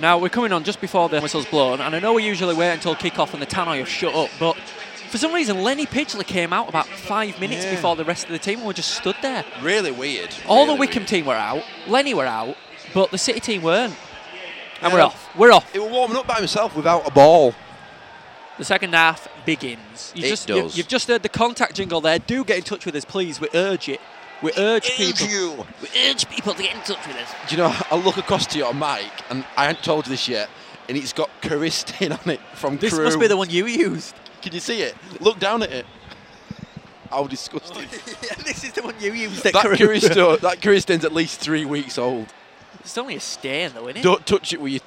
C: Now we're coming on just before the whistle's blown, and I know we usually wait until kick-off and the tannoy have shut up, but for some reason Lenny Pidgley came out about five minutes before the rest of the team and we just stood there.
D: Really weird.
C: All
D: really
C: the Wickham
D: weird.
C: team were out, Lenny were out, but the City team weren't. And we're
D: Yeah.
C: off. We're off.
D: It was warming up by myself without a ball.
C: The second half begins. You
D: It
C: just,
D: does.
C: You, have just heard the contact jingle there. Do get in touch with us, please. We urge it. We urge people.
D: you.
C: We urge people to get in touch with us.
D: Do you know, I look across to your mic, and I haven't told you this yet, and it's got Karistin on it from
C: This
D: Crew.
C: must be the one you used.
D: Can you see it? Look down at it. How disgusting.
C: this is the one you used.
D: that Karisto, that Karistin's at least three weeks old.
C: It's only a stain, though, isn't it?
D: Don't touch it with your.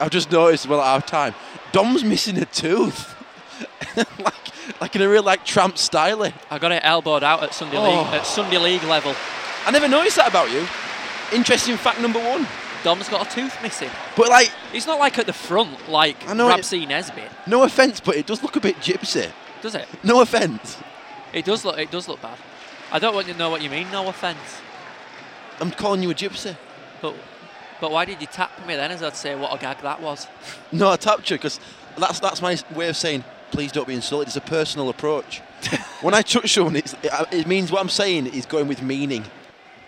D: I've just noticed well at half time. Dom's missing a tooth. like, like in a real like tramp style.
C: I got it elbowed out at Sunday
D: Oh.
C: league at Sunday league level.
D: I never noticed that about you. Interesting fact number one.
C: Dom's got a tooth missing.
D: But like,
C: It's not like at the front, like
D: I know it-
C: Rabsy Nesbitt,
D: no offence, but it does look a bit gypsy.
C: does it?
D: No offence.
C: It does look. It does look bad. I don't want you to know what you mean. No offence,
D: I'm calling you a gypsy.
C: but but why did you tap me then? As I'd say, what a gag that was.
D: No, I tapped you because that's that's my way of saying please don't be insulted. It's a personal approach. when I touch someone, it's, it, uh, it means what I'm saying is going with meaning.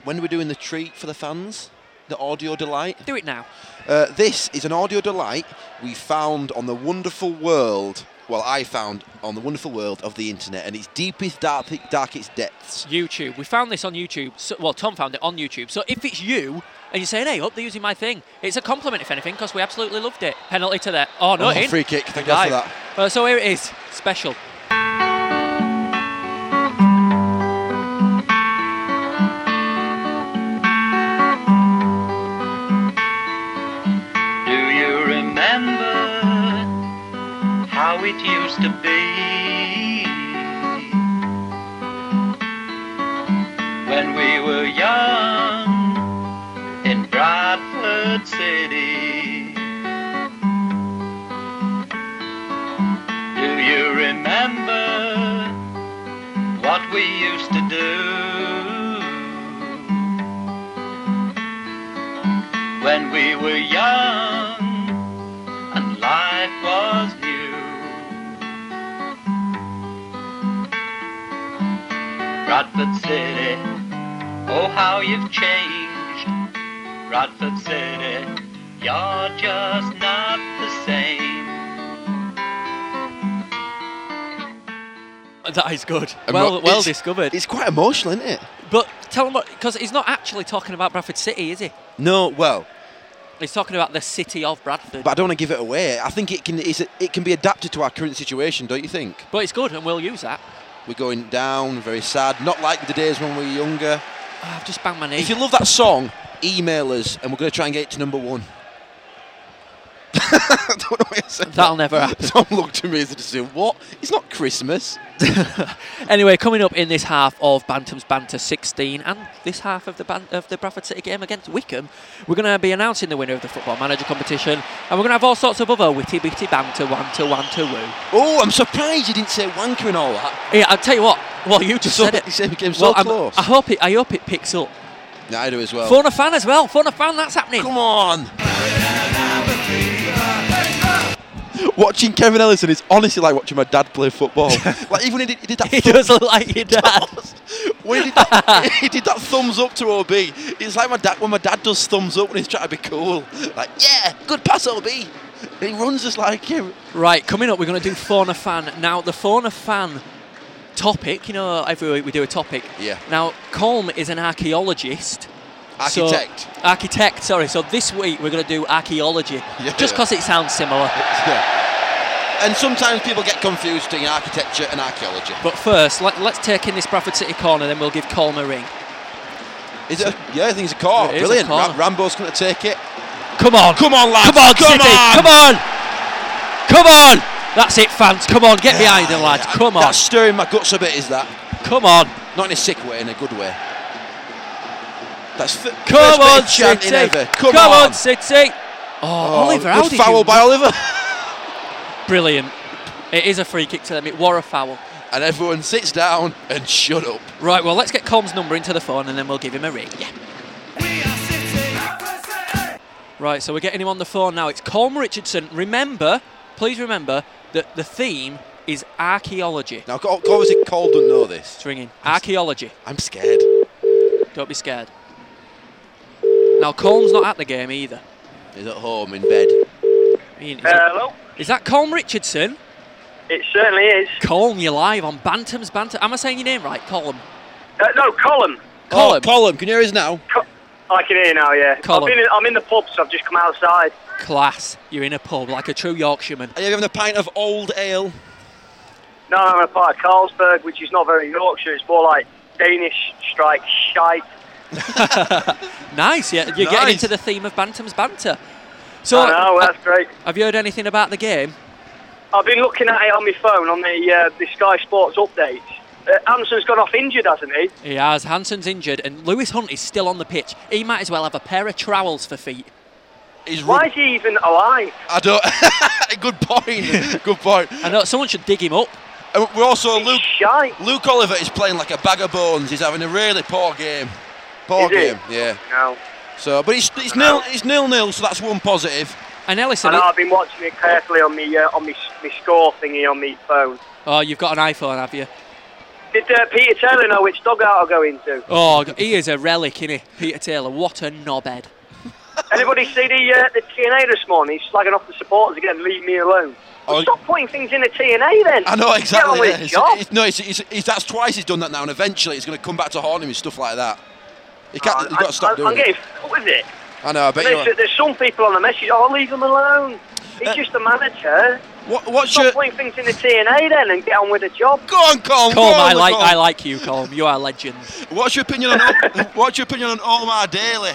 D: When we're doing the treat for the fans, the audio delight.
C: Do it now.
D: Uh, this is an audio delight we found on the wonderful world. Well, I found on the wonderful world of the internet and its deepest, dark, darkest depths.
C: YouTube. We found this on YouTube. So, well, Tom found it on YouTube. So if it's you and you're saying, hey, hope they're using my thing, it's a compliment, if anything, because we absolutely loved it. Penalty to that. Oh, no,
D: Oh,
C: in.
D: free kick. Thank God for
C: Dive.
D: that.
C: Uh, so here it is. Special.
J: Do you remember how it used to be? when we were young in Bradford City. Do you remember what we used to do when we were young and life was new? Bradford City, oh how you've changed. Bradford City, you're just not the same.
C: That is good. Well,
D: Emo-
C: well
D: it's-
C: discovered.
D: It's quite emotional, isn't it?
C: But tell him what, because he's not actually talking about Bradford City, is he?
D: No, well,
C: He's talking about the city of Bradford.
D: but I don't want to give it away. I think it can it's, it can be adapted to our current situation, don't you think?
C: But it's good, and we'll use that.
D: We're going down, very sad. Not like the days when we were younger.
C: Ah, I've just banged my knee.
D: If you love that song, email us, and we're going to try and get it to number one. I don't know why I said that.
C: That'll never happen.
D: Tom looked at me as if to say, "What? It's not Christmas."
C: Anyway, coming up in this half of Bantam's Banter 16 and this half of the ban- of the Bradford City game against Wickham, we're going to be announcing the winner of the Football Manager competition and we're going to have all sorts of other witty bitty banter, one to one to woo.
D: Oh, I'm surprised you didn't say wanker and all that.
C: Yeah, I'll tell you what, well, you just
D: So-
C: said
D: you
C: it.
D: said it came so
C: well, I'm-
D: close.
C: I hope it, I hope it picks up.
D: No, I do as well.
C: Phone a fan as well, phone a fan, that's happening.
D: Come on. Watching Kevin Ellison is honestly like watching my dad play football. like even when he did, he did that.
C: He
D: thumb-
C: does look like your dad.
D: when he did that, he did that thumbs up to OB. It's like my dad when my dad does thumbs up when he's trying to be cool. Like yeah, good pass OB. And he runs just like him.
C: Right, coming up, we're going to do phone a fan. Now, the phone a fan topic, you know, every week we do a topic.
D: Yeah.
C: Now, Colm is an archaeologist. So-
D: Architect.
C: architect, sorry. So this week we're going to do archaeology.
D: Yeah.
C: Just because it sounds similar.
D: Yeah. And sometimes people get confused in architecture and archaeology.
C: But first, let, let's take in this Bradford City corner, then we'll give Colm a ring.
D: Is it? A, yeah, I think it's a car.
C: It is a
D: Brilliant.
C: corner.
D: Ra- Rambo's going to take it.
C: Come on.
D: Come on, lads.
C: Come on,
D: Come
C: City.
D: on.
C: Come on. Come on. That's it, fans. Come on, get behind him,
D: Yeah,
C: lads.
D: yeah,
C: Come on.
D: That's stirring my guts a bit, is that?
C: Come on.
D: Not in a sick way, in a good way. That's th-
C: Come on,
D: chanting
C: City.
D: ever. Come,
C: on. City. Oh, Oliver, how
D: good
C: did you
D: foul by Oliver.
C: Brilliant. It is a free kick to them. It were a foul.
D: and everyone sits down and shut up.
C: Right, well, let's get Colm's number into the phone and then we'll give him a ring. Yeah. Right, so we're getting him on the phone now. It's Colm Richardson. Remember, please remember that the theme is archaeology.
D: Now, co- obviously, Cole doesn't know this.
C: It's ringing. Archaeology.
D: I'm scared.
C: Don't be scared. Now, Colm's not at the game either.
D: He's at home in bed.
C: He ain't-
H: Hello?
C: Is that Colm Richardson?
H: It certainly is.
C: Colm, you're live on Bantam's Bantam. Am I saying your name right? Colm.
H: Uh, no, Colin.
D: Colum.
C: Colm.
D: Oh, Colum, can you hear us now?
H: Co- I can hear you now, yeah.
C: Colin.
H: I've been in, I'm in the pub, so I've just come outside.
C: Class. You're in a pub like a true Yorkshireman.
D: Are you having a pint of old ale?
H: No, I'm a part of Carlsberg, which is not very Yorkshire. It's more like Danish strike shite.
C: Nice, yeah. You're getting
D: Nice.
C: into the theme of Bantam's Banter. So,
H: I know, that's great.
C: Have you heard anything about the game?
H: I've been looking at it on my phone on the uh, the Sky Sports updates. Uh, Anson's gone off injured, hasn't he?
C: He has. Hanson's injured, and Lewis Hunt is still on the pitch. He might as well have a pair of trowels for feet.
D: He's
H: Why
D: rub-
H: is he even alive?
D: I don't. Good point. Good point.
C: I know someone should dig him up.
D: And we're also Luke.
H: Shite.
D: Luke Oliver is playing like a bag of bones. He's having a really poor game. Poor
H: Is he?
D: game. Yeah.
H: No.
D: So, but it's it's nil it's nil nil. So that's one positive.
C: And
H: I
C: Ellison.
H: know, I've been watching it carefully on me uh, on me, me score thingy on me phone.
C: Oh, you've got an iPhone, have you?
H: Did uh, Peter Taylor know which dugout I'll go into?
C: Oh, g- he is a relic, isn't he? Peter Taylor. What a knobhead.
H: Anybody see the uh, the TNA this morning? He's slagging off the supporters again. Leave me alone. Well,
D: Oh,
H: Stop putting things in the TNA then.
D: I know exactly.
H: Get on
D: yeah.
H: with the
D: It's-
H: job.
D: it's- no, it's, it's, it's, that's twice he's done that now, and eventually he's going to come back to haunt him and stuff like that. You can't.
H: I-
D: you've got
H: Uh, I-
D: to stop
H: I'm,
D: doing
H: I'm
D: it.
H: getting fed up with it.
D: I know. I bet you.
H: There's,
D: Are.
H: there's some people on the message. Oh, leave him alone. He's
D: Uh,
H: just a manager.
D: What, what's
H: Stop
D: your?
H: putting things in the TNA then and get on with the job.
D: Go on, Colm. go
C: Colm,
D: on
C: I
D: with
C: like,
D: Colm.
C: I like you, Colm. You are a legend.
D: What's your opinion on? what's your opinion on Omar Daly?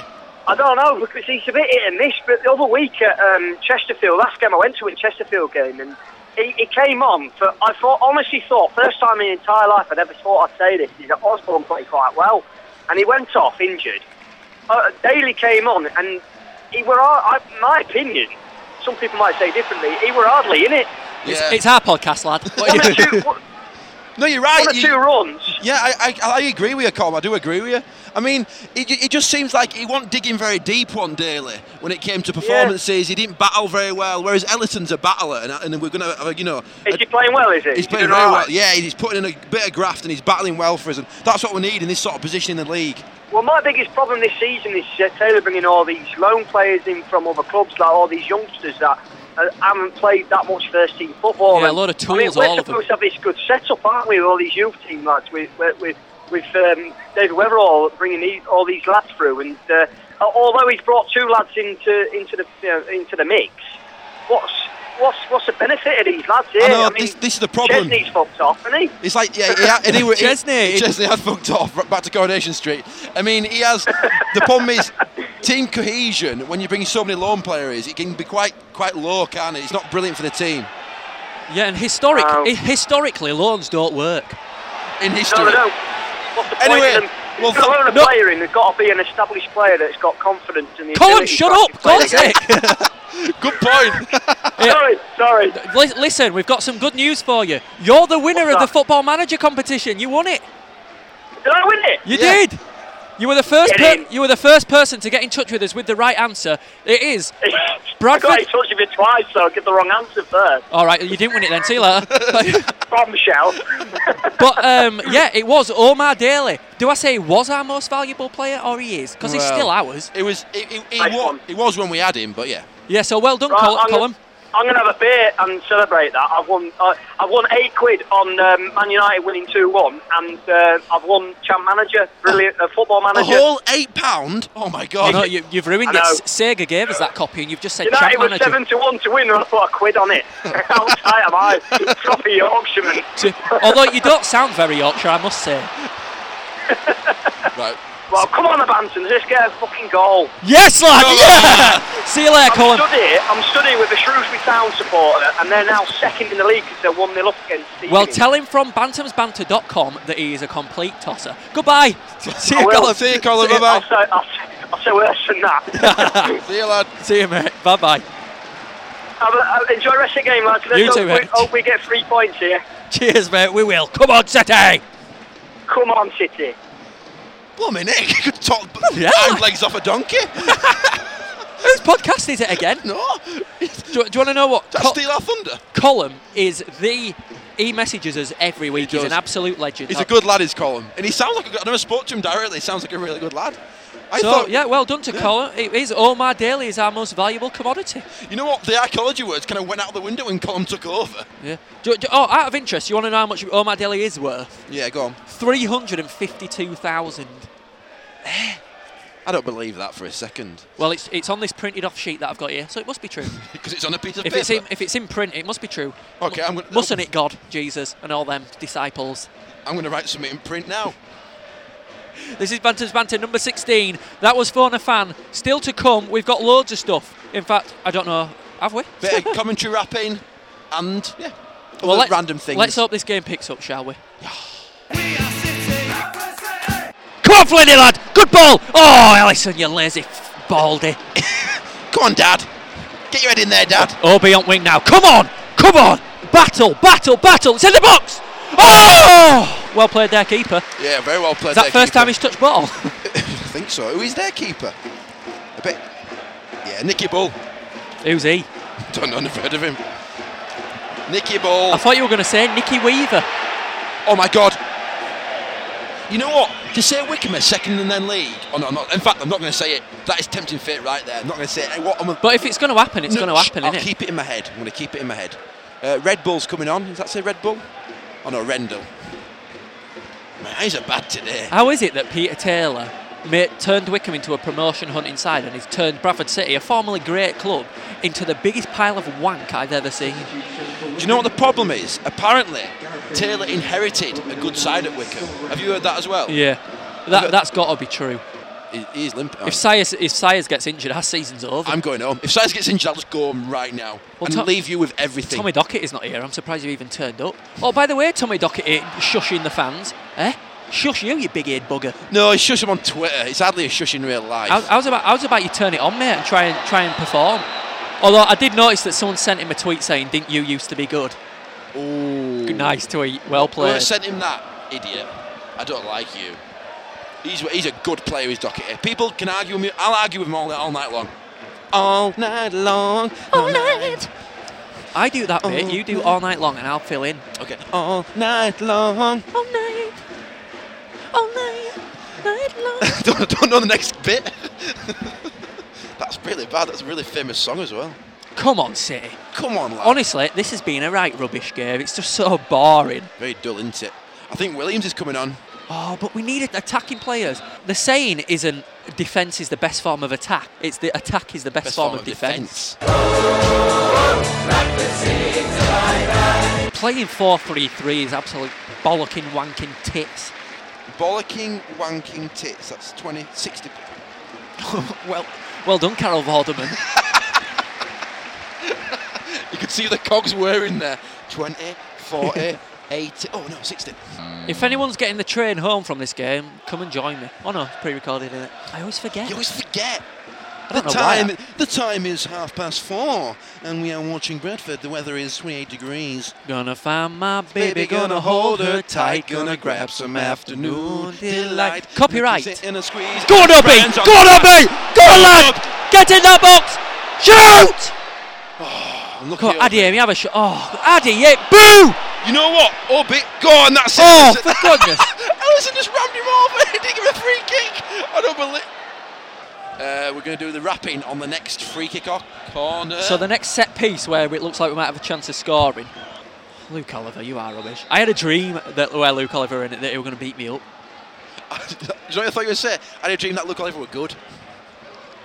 H: I don't know because he's a bit hit and miss. But the other week at um, Chesterfield, last game I went to, a Chesterfield game, and he, he came on for. I thought honestly thought first time in my entire life I'd ever thought I'd say this. He's at Osborne played quite well, and he went off injured. Uh, Daly came on, and he were, har- I, my opinion, some people might say differently, he were hardly in it.
C: It's, it's our podcast, lad. What
H: One
C: you-
H: or two, one
D: No, you're right.
H: or
D: you-
H: two runs.
D: Yeah, I, I, I agree with you, Colm. I do agree with you. I mean, it, ju- it just seems like he wasn't digging very deep on Daly when it came to performances. He didn't battle very well, whereas Ellison's a battler, and, and we're going to, you know.
H: Is
D: a-
H: he playing well, is he?
D: He's
H: Is he
D: playing
H: doing
D: very
H: all
D: well.
H: right?
D: Yeah, he's putting in a bit of graft and he's battling well for us, and that's what we need in this sort of position in the league.
H: Well, my biggest problem this season is uh, Taylor bringing all these loan players in from other clubs, like all these youngsters that uh, haven't played that much first team football.
C: Yeah, a
H: And,
C: lot of
H: I mean,
C: tools,
H: we're
C: all of them.
H: supposed to have this good setup, aren't we, with all these youth team lads, with with with, with um, David Weatherall bringing these, all these lads through. And uh, although he's brought two lads into into the you know, into the mix, what's what's what's the benefit of these lads here?
D: I know,
H: I mean,
D: this- this is the problem.
H: Chesney's fucked off, isn't he?
D: It's like yeah, he had, and he, were- he-
C: Chesney.
D: Chesney had fucked off right back to Coronation Street. I mean, he has. the problem is team cohesion. When you bring so many loan players, it can be quite quite low, can it? It's not brilliant for the team.
C: yeah, and historic,
H: Wow.
C: hi- historically, loans don't work.
D: in
H: No,
D: history.
H: no, no. What's the point
D: Anyway,
H: of them?
D: well,
H: You've got to
D: th-
H: own a
D: no-
H: player in. There's got to be an established player that's got confidence in the
C: Come on,
H: ability
C: shut
H: to
C: up.
H: actually
C: Go
H: play
C: on,
H: the game.
C: Nick.
D: Good point.
H: Sorry, sorry.
C: Li- Listen, we've got some good news for you. You're the winner
H: What's
C: of the
H: that?
C: Football Manager competition. You won it.
H: Did I win it?
C: You
D: Yeah.
C: did. You were the first.
H: Get
C: Per-
H: in.
C: you were the first person to get in touch with us with the right answer. It is. Bradford-
H: I got in touch with you twice, so I get the wrong answer first.
C: All right, you didn't win it then. See you later.
H: Bombshell.
C: but um, yeah, it was Omar Daly. Do I say he was our most valuable player or he is? Because he's
D: Well.
C: still ours.
D: It was. It, it, it,
H: Nice
D: wa-
H: one.
D: it was when we had him, but yeah.
C: Yeah. So well done,
H: Right,
C: Col-
H: I'm gonna-
C: Colum.
H: I'm going to have a beer and celebrate that. I've won. Uh, I've won eight quid on um, Man United winning two one, and uh, I've won champ manager, brilliant uh, football
D: A
H: manager.
D: whole eight pound. Oh my
C: Oh,
D: god.
C: no, you, you've ruined
H: I
C: it.
H: know.
C: S- Sega gave us that copy, and you've just said
H: United
C: champ
H: was
C: manager.
H: seven to one to win, and I put a quid on it. How tight am I? Trophy Yorkshireman.
C: To- Although you don't sound very Yorkshire, I must say.
D: Right.
H: Well, come on, the Bantons, let's get a fucking goal.
C: Yes, lad. Yeah. See you later,
H: I'm
C: Colin.
H: stood here, I'm stood here with a Shrewsbury Town supporter, and they're now second in the league because they're 1 0 up against Stevenage.
C: Well, tell him from bantamsbanter.com that he is a complete tosser. Goodbye.
D: See you,
H: will.
D: Colin. See you, Colin.
C: See
D: Bye
C: you.
H: I'll
D: bye.
H: say, I'll, say, I'll say worse than that.
D: See you, lad.
C: See you, mate. Bye bye.
H: Have a- have- enjoy the rest of the game, lads. Let's
C: You
H: hope,
C: too,
H: we,
C: mate.
H: hope we get three points here.
C: Cheers, mate. We will. Come on, City.
H: Come on, City.
D: Blimey, Nick. You could talk
C: yeah.
D: hind legs off a donkey.
C: Whose podcast is it again? Do,
D: no.
C: do you want to know what?
D: That's
C: Col-
D: steal our thunder.
C: Colin is the. He messages us every week. He's
D: does.
C: an absolute legend.
D: He's a good lad, he's Colin. And he sounds like a good, I never spoke to him directly. He sounds like a really good lad. I
C: So,
D: thought,
C: yeah, well done to Colin. It is Omar Daly is our most valuable commodity.
D: you know what? The archaeology words kind of went out the window when Colin took over.
C: Yeah. Do, do- oh, out of interest, you want to know how much Omar Daly is worth?
D: Yeah, go on.
C: 352,000.
D: I don't believe that for a second
C: Well, it's, it's on this printed off sheet that I've got here, so it must be true.
D: because it's on a piece of
C: If
D: paper.
C: it's in, if it's in print, it must be true.
D: Okay, I'm gonna-
C: Mustn't it, God, Jesus, and all them disciples?
D: I'm going to write something in print now.
C: This is Bantam's Banter number 16. That was Fauna Fan. Still to come, we've got loads of stuff. In fact, I don't know, have we?
D: Bit of commentary rapping and yeah,
C: well,
D: other
C: let's,
D: random things.
C: Let's hope this game picks up, shall we?
G: We are City.
C: Come on, Flinty, lad! Good ball! Oh, Ellison, you lazy f- baldy.
D: Come on, Dad. Get your head in there, Dad.
C: Obi on wing now. Come on! Come on! Battle, battle, battle! It's in the box! Oh! Well played there, keeper.
D: Yeah, very well played.
C: Is that
D: there,
C: first
D: keeper.
C: time he's touched ball?
D: I think so. Who is their keeper? A bit. Yeah, Nicky Bull.
C: Who's he?
D: Don't know, never heard of him. Nicky
C: I
D: Bull.
C: thought you were going to say Nicky Weaver.
D: Oh my God. You know what? To say Wickham is second in their league. Oh no, I'm not. In fact, I'm not going to say it. That is tempting fate right there. I'm not going to say it. What? I'm a-
C: But if it's going to happen, it's
D: No,
C: going to
D: shh,
C: happen,
D: I'll
C: innit?
D: keep it in my head. I'm going to keep it in my head. Uh, Red Bull's coming on. Does that say Red Bull? Oh no, Rendell. My eyes are bad today.
C: How is it that Peter Taylor ma- turned Wickham into a promotion hunt inside and he's turned Bradford City, a formerly great club, into the biggest pile of wank I've ever seen?
D: Do you know what the problem is? Apparently, Taylor inherited a good side at Wickham. Have you heard that as well?
C: Yeah. That, that's got to be true.
D: He, he's limp.
C: If Sayers, if Sayers gets injured, our season's over.
D: I'm going home. If Sides gets injured, I'll just go home right now
C: Well,
D: and
C: Tom-
D: leave you with everything.
C: Tommy Dockett is not here. I'm surprised you even turned up. Oh, by the way, Tommy Dockett eh, shushing the fans. Eh? Shush you, you big-eared bugger.
D: No, it's shush him on Twitter. It's hardly a shush in real life.
C: I, I was about I was about you turn it on, mate, and try and try and perform. Although I did notice that someone sent him a tweet saying, "Didn't you used to be good?"
D: Ooh.
C: Good, nice tweet. Well
D: Well, I
C: played.
D: sent him that, idiot. I don't like you. He's, he's a good player, he's Dockett. People can argue with me. I'll argue with him all, all night long. All night long. All night.
C: I do that bit. You do all night long, and I'll fill in.
D: Okay. All night long.
C: All night, all night, night long.
D: I don't, don't know the next bit. That's really bad. That's a really famous song as well.
C: Come on, City.
D: Come on, lad.
C: Honestly, this has been a right rubbish game. It's just so boring.
D: Very dull, isn't it? I think Williams is coming on.
C: Oh, but we need attacking players. The saying isn't defence is the best form of attack. It's the attack is the best, form, of defence. Playing 4-3-3 is absolute bollocking, wanking tits.
D: Bollocking, wanking tits. That's 20, 60.
C: well, well done, Carol Vorderman.
D: You could see the cogs were in there. 20, 40, 80. Oh, no, 60.
C: if anyone's getting the train home from this game, come and join me. Oh no, it's pre-recorded, isn't it? I always forget.
D: You always forget.
C: I
D: The
C: don't know why I-
D: time, the time is half past four, and we are watching Bradford. The weather is 28 degrees.
C: Gonna find my baby, gonna hold her tight, gonna grab some afternoon delight. Copyright.
D: Sit in a squeeze.
C: Gonna be,
D: Friends on
C: gonna
D: the-
C: be, gonna lad, get in that box, shoot!
D: I'm looking
C: Come on,
D: at
C: Addy, Amy, have a shot. Oh, Addy, yeah, boo!
D: Obi. You know what? Obi, go on, that's it.
C: Oh,
D: That's
C: for
D: it.
C: goodness.
D: Ellison just rammed him over. He didn't give him a free kick. I don't believe. Uh, we're going to do the wrapping on the next free kick or corner.
C: So the next set piece where it looks like we might have a chance of scoring. Luke Oliver, you are rubbish. I had a dream that where Luke Oliver were in it that he were going to beat me up.
D: Do you know what I thought you would say? I had a dream that look Oliver were good.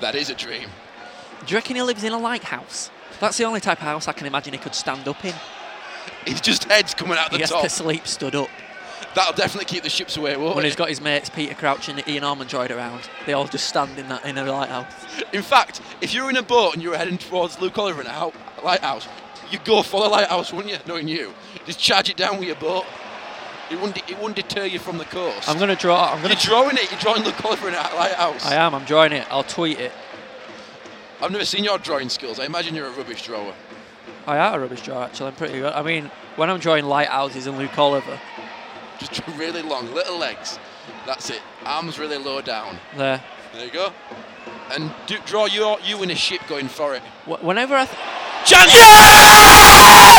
D: That is a dream.
C: Do you reckon he lives in a lighthouse? That's the only type of house I can imagine he could stand up in.
D: It's just heads coming out the
C: he has
D: top.
C: to sleep stood up
D: That'll definitely keep the ships away, won't
C: when
D: it?
C: he's got his mates Peter Crouch and Ian Armandroyd around. They all just stand in that in a lighthouse.
D: In fact, if you were in a boat and you were heading towards Luke Oliver in a hou- lighthouse, you'd go for the lighthouse, wouldn't you? Knowing you, just charge it down with your boat. It wouldn't. It wouldn't deter you from the coast.
C: I'm gonna draw. I'm gonna.
D: You're drawing it. You're drawing Luke Oliver in a lighthouse.
C: I am. I'm drawing it. I'll tweet it.
D: I've never seen your drawing skills. I imagine you're a rubbish drawer.
C: I am a rubbish draw actually. I'm pretty good. I mean, when I'm drawing lighthouses and Luke Oliver,
D: Just draw really long, little legs. That's it. Arms really low down.
C: there.
D: There you go. And do, draw your you in a ship going for it.
C: Wh- whenever I. Th-
D: Chance.
C: Oh,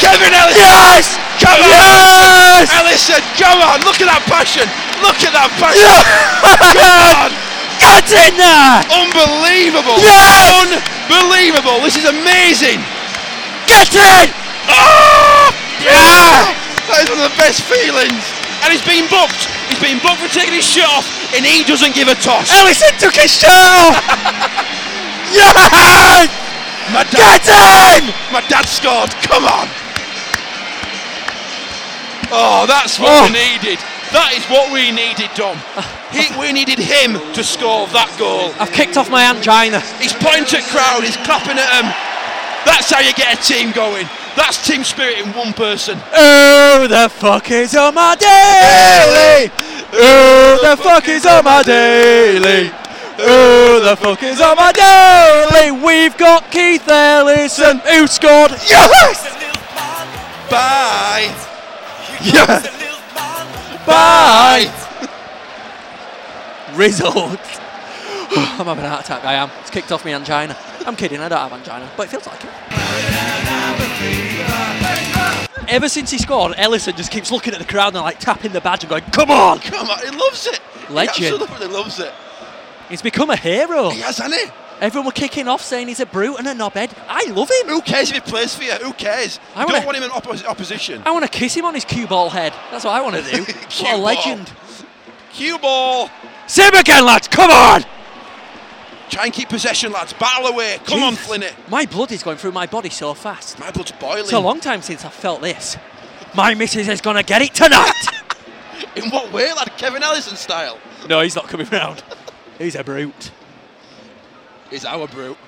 D: Kevin Ellison! Yes! Come on! Yes! Ellison, come on! Look at that passion! Look at that passion! Come on!
C: Get in there!
D: Unbelievable!
C: Yes!
D: Unbelievable! This is amazing!
C: Get in!
D: Oh! Yeah! That is one of the best feelings! And he's been booked! He's been booked for taking his shirt off, and he doesn't give a toss!
C: Ellison took his shirt off! yes!
D: My dad,
C: Get in!
D: my dad scored. Come on. Oh, that's what
C: Oh.
D: we needed. That is what we needed, Dom. He, we needed him to score that goal.
C: I've kicked off my angina.
D: He's pointing at crowd. He's clapping at them. That's how you get a team going. That's team spirit in one person.
C: Oh, the fuck is on my daily? Oh, the fuck is on my daily? Oh, the fuck is on my daily? We've got Keith Ellison who scored. Yes!
D: Bye.
C: Bye! Result. I'm having a heart attack, I am. It's kicked off my angina. I'm kidding, I don't have angina, but it feels like it. Ever since he scored, Ellison just keeps looking at the crowd and like tapping the badge and going, come on!
D: Oh, Come on, he loves it.
C: Legend.
D: He absolutely loves it.
C: He's become a hero.
D: He has, hasn't he?
C: Everyone were kicking off saying he's a brute and a knobhead. I love him.
D: Who cares if he plays for you? Who cares?
C: I
D: Don't
C: wanna-
D: want him in oppo- opposition.
C: I want to kiss him on his cue ball head. That's what I want to do.
D: Cue
C: what a
D: ball.
C: legend.
D: Cue ball.
C: See him again, lads, come on!
D: Try and keep possession, lads. Battle away. Come on,
C: Jesus.
D: Flinnett.
C: My blood is going through my body so fast.
D: My blood's boiling.
C: It's a long time since I felt this. My missus is gonna get it tonight.
D: In what way, lad? Kevin Ellison style.
C: no, he's not coming round. He's a brute.
D: Is our brute.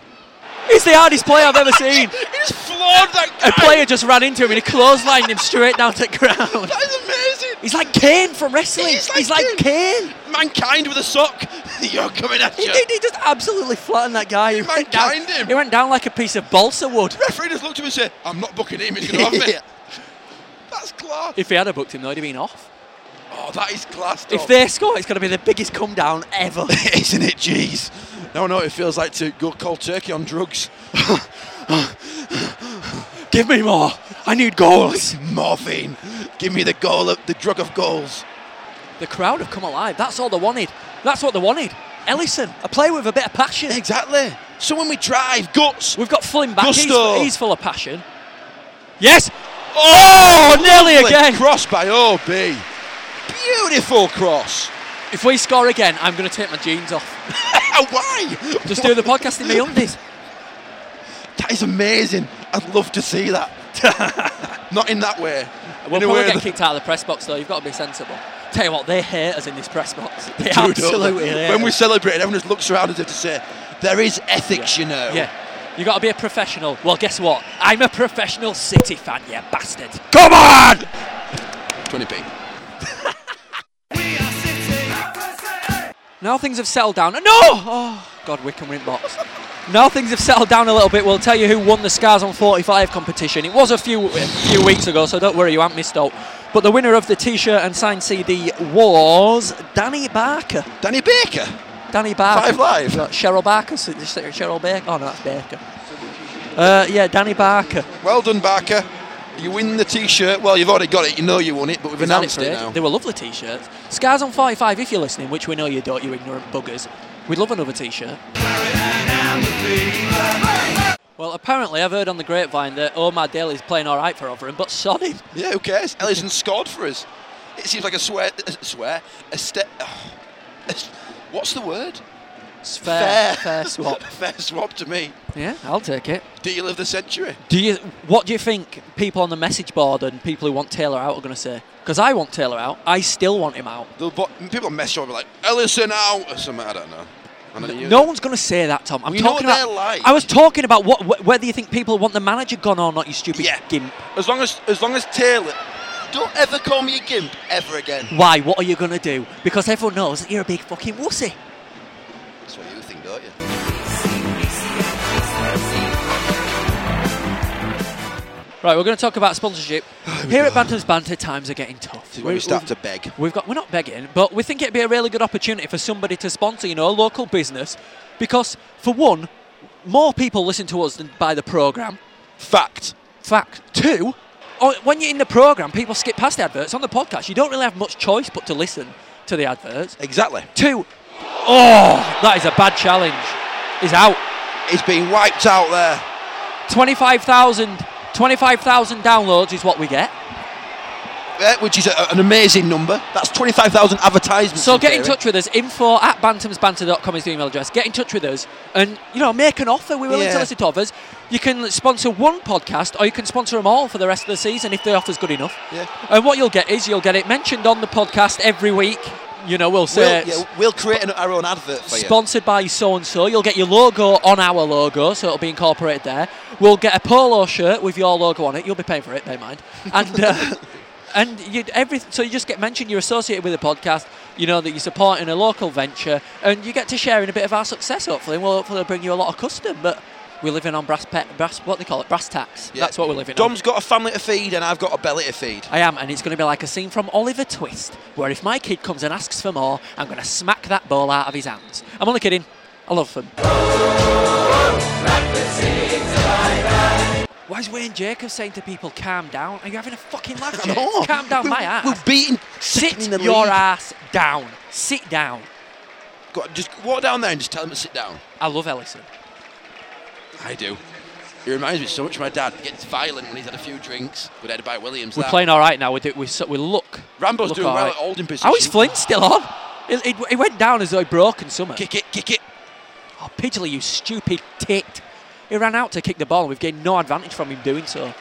C: It's the hardest play I've ever seen.
D: He just floored that guy.
C: A player just ran into him and he clotheslined him straight down to the ground.
D: That is amazing.
C: He's like Kane from wrestling.
D: He's like
C: He's like Kane.
D: Mankind with a sock. You're coming at
C: He,
D: you.
C: did- he just absolutely flattened that guy. He went, down,
D: mankind him.
C: he went down like a piece of balsa wood.
D: Referee just looked at him and said, I'm not booking him, he's going to have me.
C: Yeah.
D: That's class.
C: If he had a booked him, though, he'd have been off.
D: oh, that is class.
C: If they score, it's going to be the biggest come down ever.
D: Isn't it, jeez? No, no, it feels like to go cold turkey on drugs.
C: Give me more. I need goals.
D: Morphine. Give me the goal, of, the drug of goals.
C: The crowd have come alive. That's all they wanted. That's what they wanted. Ellison, a player with a bit of passion.
D: Exactly. So when we drive, guts.
C: We've got Flynn back. He's,
D: Gusto.
C: he's full of passion. Yes.
D: Oh,
C: nearly
D: lovely
C: again.
D: Cross by OB. Beautiful cross.
C: If we score again, I'm going to take my jeans off.
D: Why?
C: Just do the podcast in my undies.
D: That is amazing. I'd love to see that. Not in that way.
C: We'll
D: in
C: probably
D: a way
C: get
D: that-
C: kicked out of the press box, though. You've got to be sensible. Tell you what, they hate us in this press box. They
D: Dude, don't
C: absolutely
D: they?
C: hate
D: When we
C: us.
D: celebrate, everyone just looks around as if to say, there is ethics, you know.
C: Yeah. you got to be a professional. Well, guess what? I'm a professional City fan, you bastard.
D: Come on! 20p.
C: Now things have settled down. No! Oh, God, Wickham were in box. Now things have settled down a little bit. We'll tell you who won the Scars on 45 competition. It was a few a few weeks ago, so don't worry, you haven't missed out. But the winner of the T-shirt and signed CD was Danny Barker.
D: Danny Baker.
C: Danny Barker.
D: Five Live.
C: Uh, Cheryl Barker. so just say Cheryl Baker. Oh no, that's Baker. Uh, yeah, Danny Barker.
D: Well done, Barker. You win the T-shirt. Well, you've already got it. You know you won it, but we've
C: Is that
D: announced it
C: Fred?
D: now.
C: They were lovely T-shirts. Scars on 45. If you're listening, which we know you don't, you ignorant buggers. We'd love another T-shirt. Well, apparently, I've heard on the grapevine that Omar Daly's playing all right for Rotherham, but sod him.
D: Yeah, who cares? Ellison scored for us. It seems like a swear, a swear, a step. what's the word?
C: It's fair,
D: Fair.
C: fair swap.
D: Fair swap to me.
C: yeah, I'll take it.
D: Deal of the century.
C: Do you? What do you think people on the message board and people who want Taylor out are going to say? Because I want Taylor out. I still want him out.
D: They'll bo- people mess you up like Ellison out or something. I don't know. I don't know.
C: No one's going to say that, Tom. I'm
D: We know
C: talking
D: what
C: about.
D: they're like.
C: I was talking about what wh- whether you think people want the manager gone or not. You stupid
D: Yeah.
C: gimp.
D: As long as as long as Taylor, don't ever call me a gimp ever again.
C: Why? What are you going to do? Because everyone knows that you're a big fucking wussy.
D: That's what you think, don't you?
C: Right, we're going to talk about sponsorship. Here at Bantam's Banter, times are getting tough.
D: When we start to beg.
C: We've got we're not begging, but we think it'd be a really good opportunity for somebody to sponsor, you know, a local business, because for one, more people listen to us than by the program.
D: Fact.
C: Fact two, oh, when you're in the program, people skip past the adverts on the podcast. You don't really have much choice but to listen to the adverts.
D: Exactly.
C: Two, oh, that is a bad challenge. Is out.
D: It's being wiped out there.
C: 25,000 25,000 downloads is what we get.
D: Yeah, which is a, an amazing number. That's 25,000 advertisements.
C: So get in
D: theory.
C: touch with us. Info at bantamsbanter.com is the email address. Get in touch with us and, you know, make an offer. We're willing
D: Yeah.
C: to listen to offers. You can sponsor one podcast or you can sponsor them all for the rest of the season if the offer's good enough.
D: Yeah.
C: And what you'll get is you'll get it mentioned on the podcast every week. You know, we'll say
D: We'll,
C: it's
D: yeah, we'll create an, our own advert for you.
C: sponsored by so and so. You'll get your logo on our logo, so it'll be incorporated there. We'll get a polo shirt with your logo on it. You'll be paying for it, bear in mind. And uh, and you everything. So you just get mentioned. You're associated with a podcast. You know that you're supporting a local venture, and you get to share in a bit of our success. Hopefully, and we'll hopefully bring you a lot of custom. But we're living on brass pet brass. What they call it, brass tacks.
D: Yeah.
C: That's what we're living on.
D: Dom's got a family to feed and I've got a belly to feed.
C: I am, and it's going to be like a scene from Oliver Twist, where if my kid comes and asks for more, I'm going to smack that ball out of his hands. I'm only kidding. I love them. Why is Wayne Jacobs saying to people, calm down? Are you having a fucking laugh,
D: Come
C: Jake?
D: on.
C: Calm down
D: we're,
C: my ass.
D: We're beating second
C: Sit
D: in the
C: your
D: league.
C: ass down. Sit down.
D: Go on, just walk down there and just tell him to sit down.
C: I love Ellison.
D: I do. He reminds me so much of my dad. He gets violent when he's had a few drinks. Good head by Williams.
C: We're
D: that.
C: playing all right now. We, do, we, so, we look.
D: Rambo's
C: look
D: doing
C: all
D: well
C: right.
D: at holding position.
C: How is Flynn still on? He, he, he went down as though he broke and something.
D: Kick it, kick it.
C: Oh, Pidgley, you stupid tit. He ran out to kick the ball and we've gained no advantage from him doing so.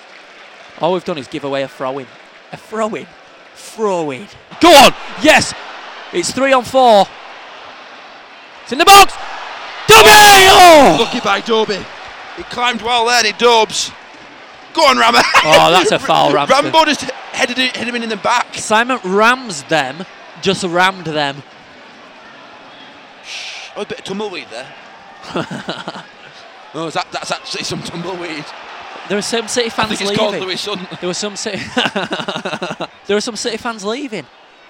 C: All we've done is give away a throw in. A throw in? Throw in. Go on! Yes! It's three on four. It's in the box! Dobby! Oh!
D: Lucky by Dobie. He climbed well there, and he dubs. Go on, Rammer.
C: Oh, that's a foul, Ramsden.
D: Rambo just headed, it- headed him in the back.
C: Simon rams them, just rammed them.
D: Oh, a bit of tumbleweed there. oh, is that, that's actually some tumbleweed.
C: There are some City
D: I
C: fans
D: think it's called
C: leaving.
D: Lewis Sutton.
C: There were some City. there were some City fans leaving.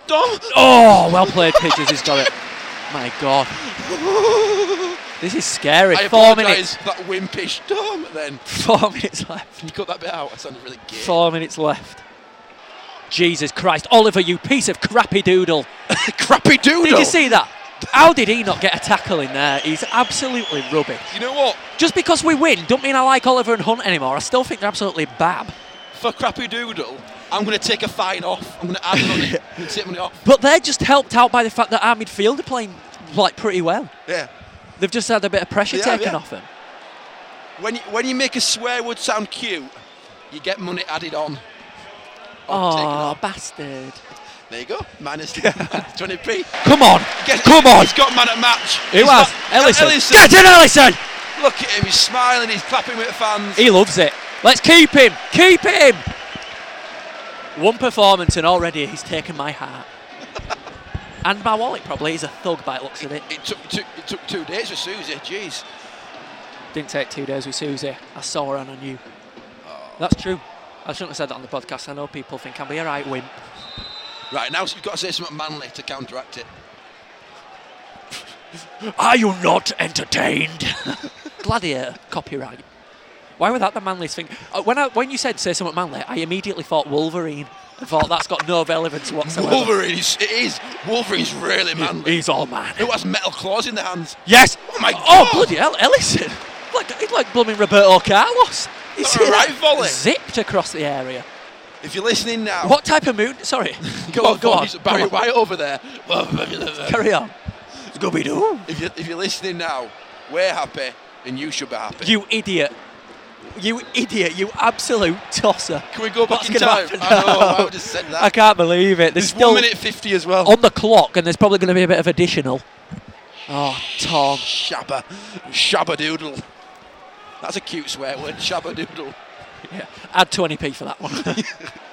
D: Dom!
C: Oh, well played, Pidgeons. He's got it. My God, this is scary.
D: I
C: Four minutes.
D: apologise for That wimpish Dom then.
C: Four minutes left.
D: Can you cut that bit out? I sounded really gay.
C: Four minutes left. Jesus Christ, Oliver, you piece of crappy doodle.
D: Crappy doodle.
C: Did you see that? How did he not get a tackle in there? He's absolutely rubbish.
D: You know what?
C: Just because we win, don't mean I like Oliver and Hunt anymore. I still think they're absolutely bab.
D: For crappy doodle, I'm going to take a fine off. I'm going to add money. I'm going to take money off.
C: But they're just helped out by the fact that our midfield are playing like pretty well.
D: Yeah.
C: They've just had a bit of pressure
D: They have,
C: taken
D: yeah.
C: off them.
D: When you, when you make a swear word sound cute, you get money added on. Or taken
C: Oh,
D: off.
C: bastard.
D: There you go. Minus 20p.
C: Come on.
D: Get-
C: Come on.
D: He's got man at match.
C: Who
D: He's
C: has?
D: got-
C: Ellison.
D: Ellison.
C: Get in, Ellison.
D: Look at him. He's smiling. He's clapping with the fans.
C: He loves it. Let's keep him. Keep him. One performance and already he's taken my heart. and my wallet, probably. He's a thug by the looks of it.
D: It took, took, it took two days with Susie. Jeez.
C: Didn't take two days with Susie. I saw her and I knew. That's true. I shouldn't have said that on the podcast. I know people think I'm be a right wimp.
D: Right, now you've got to say something manly to counteract it.
C: Are you not entertained? Gladiator, copyright. Why would that the manliest thing? Uh, when I, when you said say something manly, I immediately thought Wolverine. I thought that's got no relevance whatsoever.
D: Wolverine is, it is. Wolverine's really manly.
C: He's all man.
D: Who has metal claws in their hands?
C: Yes.
D: Oh my
C: Oh
D: God.
C: bloody hell, Ellison! Like he's like blooming Roberto Carlos. You
D: Not
C: see
D: a
C: that?
D: right volley.
C: Zipped across the area.
D: If you're listening now,
C: What type of moon? Sorry. go on, go on.
D: He's Barry
C: Come on.
D: White over there.
C: Carry on. Scooby Doo.
D: If you're, if you're listening now, we're happy and you should be happy.
C: You idiot. You idiot. You absolute tosser.
D: Can we go back
C: What's
D: in
C: gonna happen
D: time? I know, I
C: now?
D: would've said that.
C: I can't believe it. There's
D: It's
C: still Oh.
D: one minute fifty as well.
C: on the clock, and there's probably going to be a bit of additional. Oh, Tom.
D: Shabba, shabba doodle. That's a cute swear word. Shabba doodle.
C: Yeah. Add 20p for that one.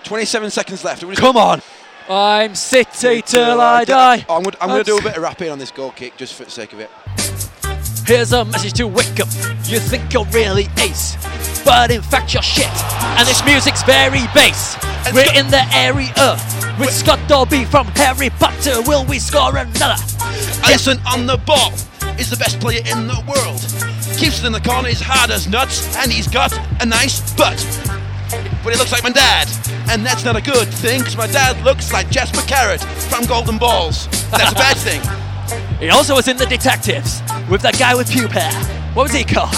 D: Twenty-seven seconds left. We're gonna-
C: Come on. I'm City till I die.
D: Oh, I'm gonna, I'm gonna do a bit of rapping on this goal kick just for the sake of it.
C: Here's a message to wake up. You think you're really ace, but in fact you're shit. And this music's very bass. We're in the area with Scott Dobby from Harry Potter. Will we score another?
D: Ellison on the ball is the best player in the world. Keeps it in the corner, he's hard as nuts, and he's got a nice butt. But he looks like my dad, and that's not a good thing, because my dad looks like Jasper Carrot from Golden Balls. That's a bad thing.
C: He also was in the Detectives with that guy with pube hair. What was he called?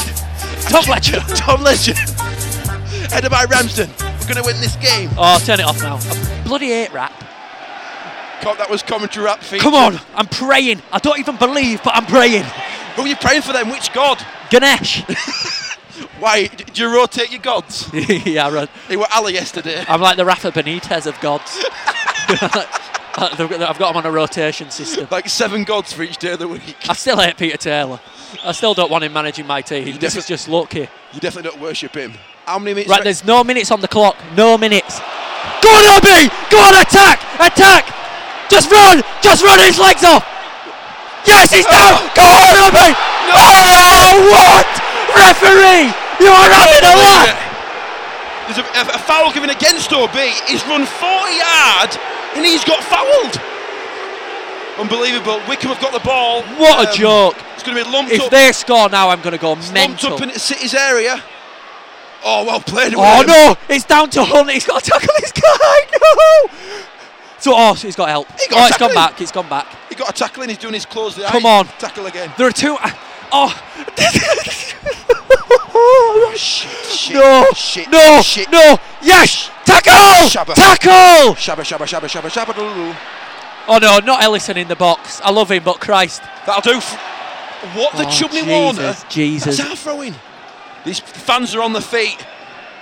C: Tom Fletcher.
D: Tom Legend, headed by Ramsden. We're going to win this game.
C: Oh, turn it off now. I bloody hate rap.
D: God, that was commentary rap feature.
C: Come on, I'm praying. I don't even believe, but I'm praying.
D: Who are you praying for then? Which god?
C: Ganesh.
D: Why, d- do you rotate your gods?
C: yeah, right.
D: They were Ali yesterday.
C: I'm like the Rafa Benitez of gods. I've got him on a rotation system.
D: Like seven gods for each day of the week.
C: I still hate Peter Taylor. I still don't want him managing my team. This is just lucky.
D: You definitely don't worship him. How many minutes?
C: Right,
D: re-
C: there's no minutes on the clock. No minutes. Go on, Obi! Go on, attack! Attack! Just run! Just run his legs off! Yes, he's down! Go on, Obi! Oh, what? Referee! You are having a laugh!
D: There's a, a- a foul given against OB. He's run 40 yard and he's got fouled. Unbelievable. Wickham have got the ball.
C: What a
D: Um,
C: joke.
D: It's going to be lumped,
C: If
D: up,
C: they score now, I'm going to go
D: lumped
C: mental.
D: up into City's area. Oh, well played.
C: Oh
D: William.
C: no! It's down to Hunt. He's got to tackle this guy. No! So oh, so he's got help.
D: He got
C: oh, it's
D: tackled.
C: gone back. It's gone back.
D: He got a tackle in. He's doing his close the
C: Come
D: eye.
C: on.
D: Tackle again.
C: There are two. uh, oh.
D: Shit, shit,
C: no!
D: shit,
C: no!
D: shit.
C: No! Yes! Tackle!
D: Shabba.
C: Tackle!
D: Shabba, shabba, shabba, shabba, shabba, doo-doo.
C: Oh no! Not Ellison in the box. I love him, but Christ!
D: That'll do. F- what the
C: Oh,
D: Chubney
C: Jesus,
D: Warner?
C: Jesus.
D: That's our throwing. These fans are on their feet.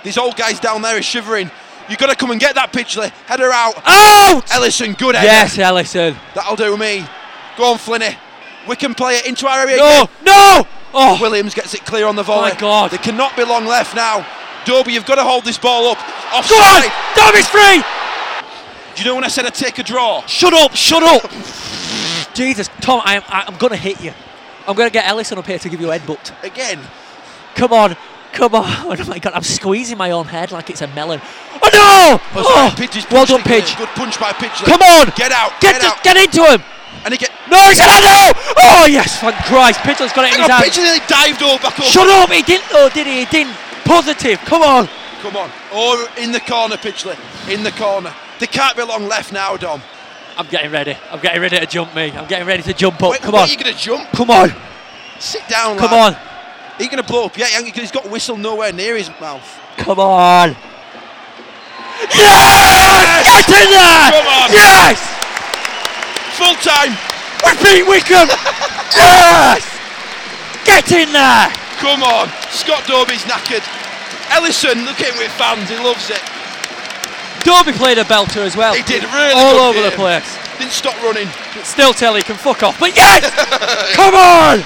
D: These old guys down there are shivering. You've got to come and get that Pitchley. Head her out.
C: Out!
D: Ellison, good header.
C: Yes, Ellison.
D: That'll do me. Go on, Flinney. Wickham play it into our area.
C: No!
D: again.
C: No! Oh.
D: Williams gets it clear on the volley.
C: My God.
D: There cannot be long left now. Dobie, you've got to hold this ball up.
C: Go on!
D: Offside.
C: Derby's free!
D: Do you know when I said I'd take a draw?
C: Shut up! Shut up! Jesus, Tom, I am, I, I'm going to hit you. I'm going to get Ellison up here to give you a headbutt.
D: Again.
C: Come on. Come on. Oh my God, I'm squeezing my own head like it's a melon. Oh no! Oh,
D: Pidge is
C: well done,
D: pushing here.
C: Pidge.
D: Good punch by Pidge.
C: Come on!
D: Get out.
C: Get,
D: Get,
C: just
D: out.
C: get into him!
D: and he get.
C: No, he's had no! Oh yes, thank Christ. Pidgeon's got it in
D: Hang
C: his
D: on,
C: hand.
D: Pidge nearly Oh, dived all back up.
C: Shut up! He didn't though, did he? He didn't. Positive. Come on.
D: Come on. Oh, in the corner, Pidgley. In the corner. They can't be long left now, Dom.
C: I'm getting ready. I'm getting ready to jump me. I'm getting ready to jump up.
D: Wait,
C: Oh, Come
D: wait,
C: on.
D: Are you going to jump?
C: Come on.
D: Sit down,
C: Come
D: lad.
C: on.
D: Are you going to blow up? Yeah, yeah, he's got a whistle nowhere near his mouth.
C: Come on. Yes! Get in there!
D: Come on.
C: Yes!
D: Full time.
C: We beat Wickham! yes! Get in there!
D: Come on. Scott Dobie's knackered. Ellison, look at him with fans. He loves it.
C: Derby played a belter as well.
D: He did really
C: All
D: good
C: over the
D: game.
C: place.
D: Didn't stop running.
C: Still tell he can fuck off, but yes! Come on!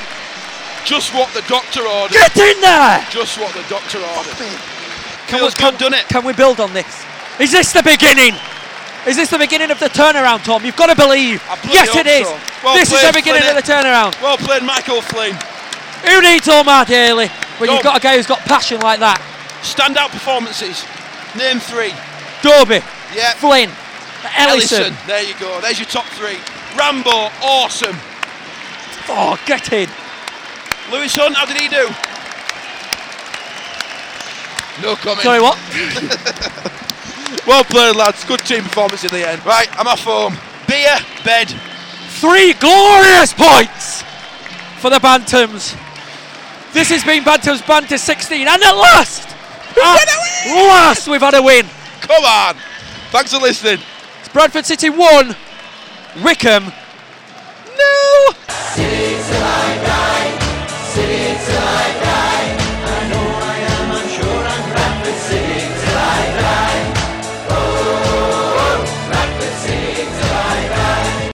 D: Just what the doctor ordered.
C: Get in there!
D: Just what the doctor ordered.
C: Can we,
D: Feels
C: can,
D: good, doesn't it?
C: Can we build on this? Is this the beginning? Is this the beginning of the turnaround, Tom? You've got to believe.
D: I bloody
C: Yes, it
D: hope
C: is.
D: so. Well
C: this is the
D: played,
C: beginning of the
D: Flynn.
C: turnaround.
D: Well played, Michael Flynn.
C: Who needs Omar Daly when you've
D: Tom.
C: got a guy who's got passion like that?
D: Standout performances. Name three.
C: Derby,
D: Yeah.
C: Flynn, Ellison.
D: There you go. There's your top three. Rambo, awesome.
C: Oh, get in.
D: Lewis Hunt, how did he do? No comment.
C: Sorry, what?
D: Well played, lads. Good team performance in the end. Right, I'm off home. Beer, bed.
C: Three glorious points for the Bantams. This has been Bantams Banter 16, and at last, at last, we've had a win.
D: Come on. Thanks for listening.
C: It's Bradford City 1, Wickham. No!
G: City to life.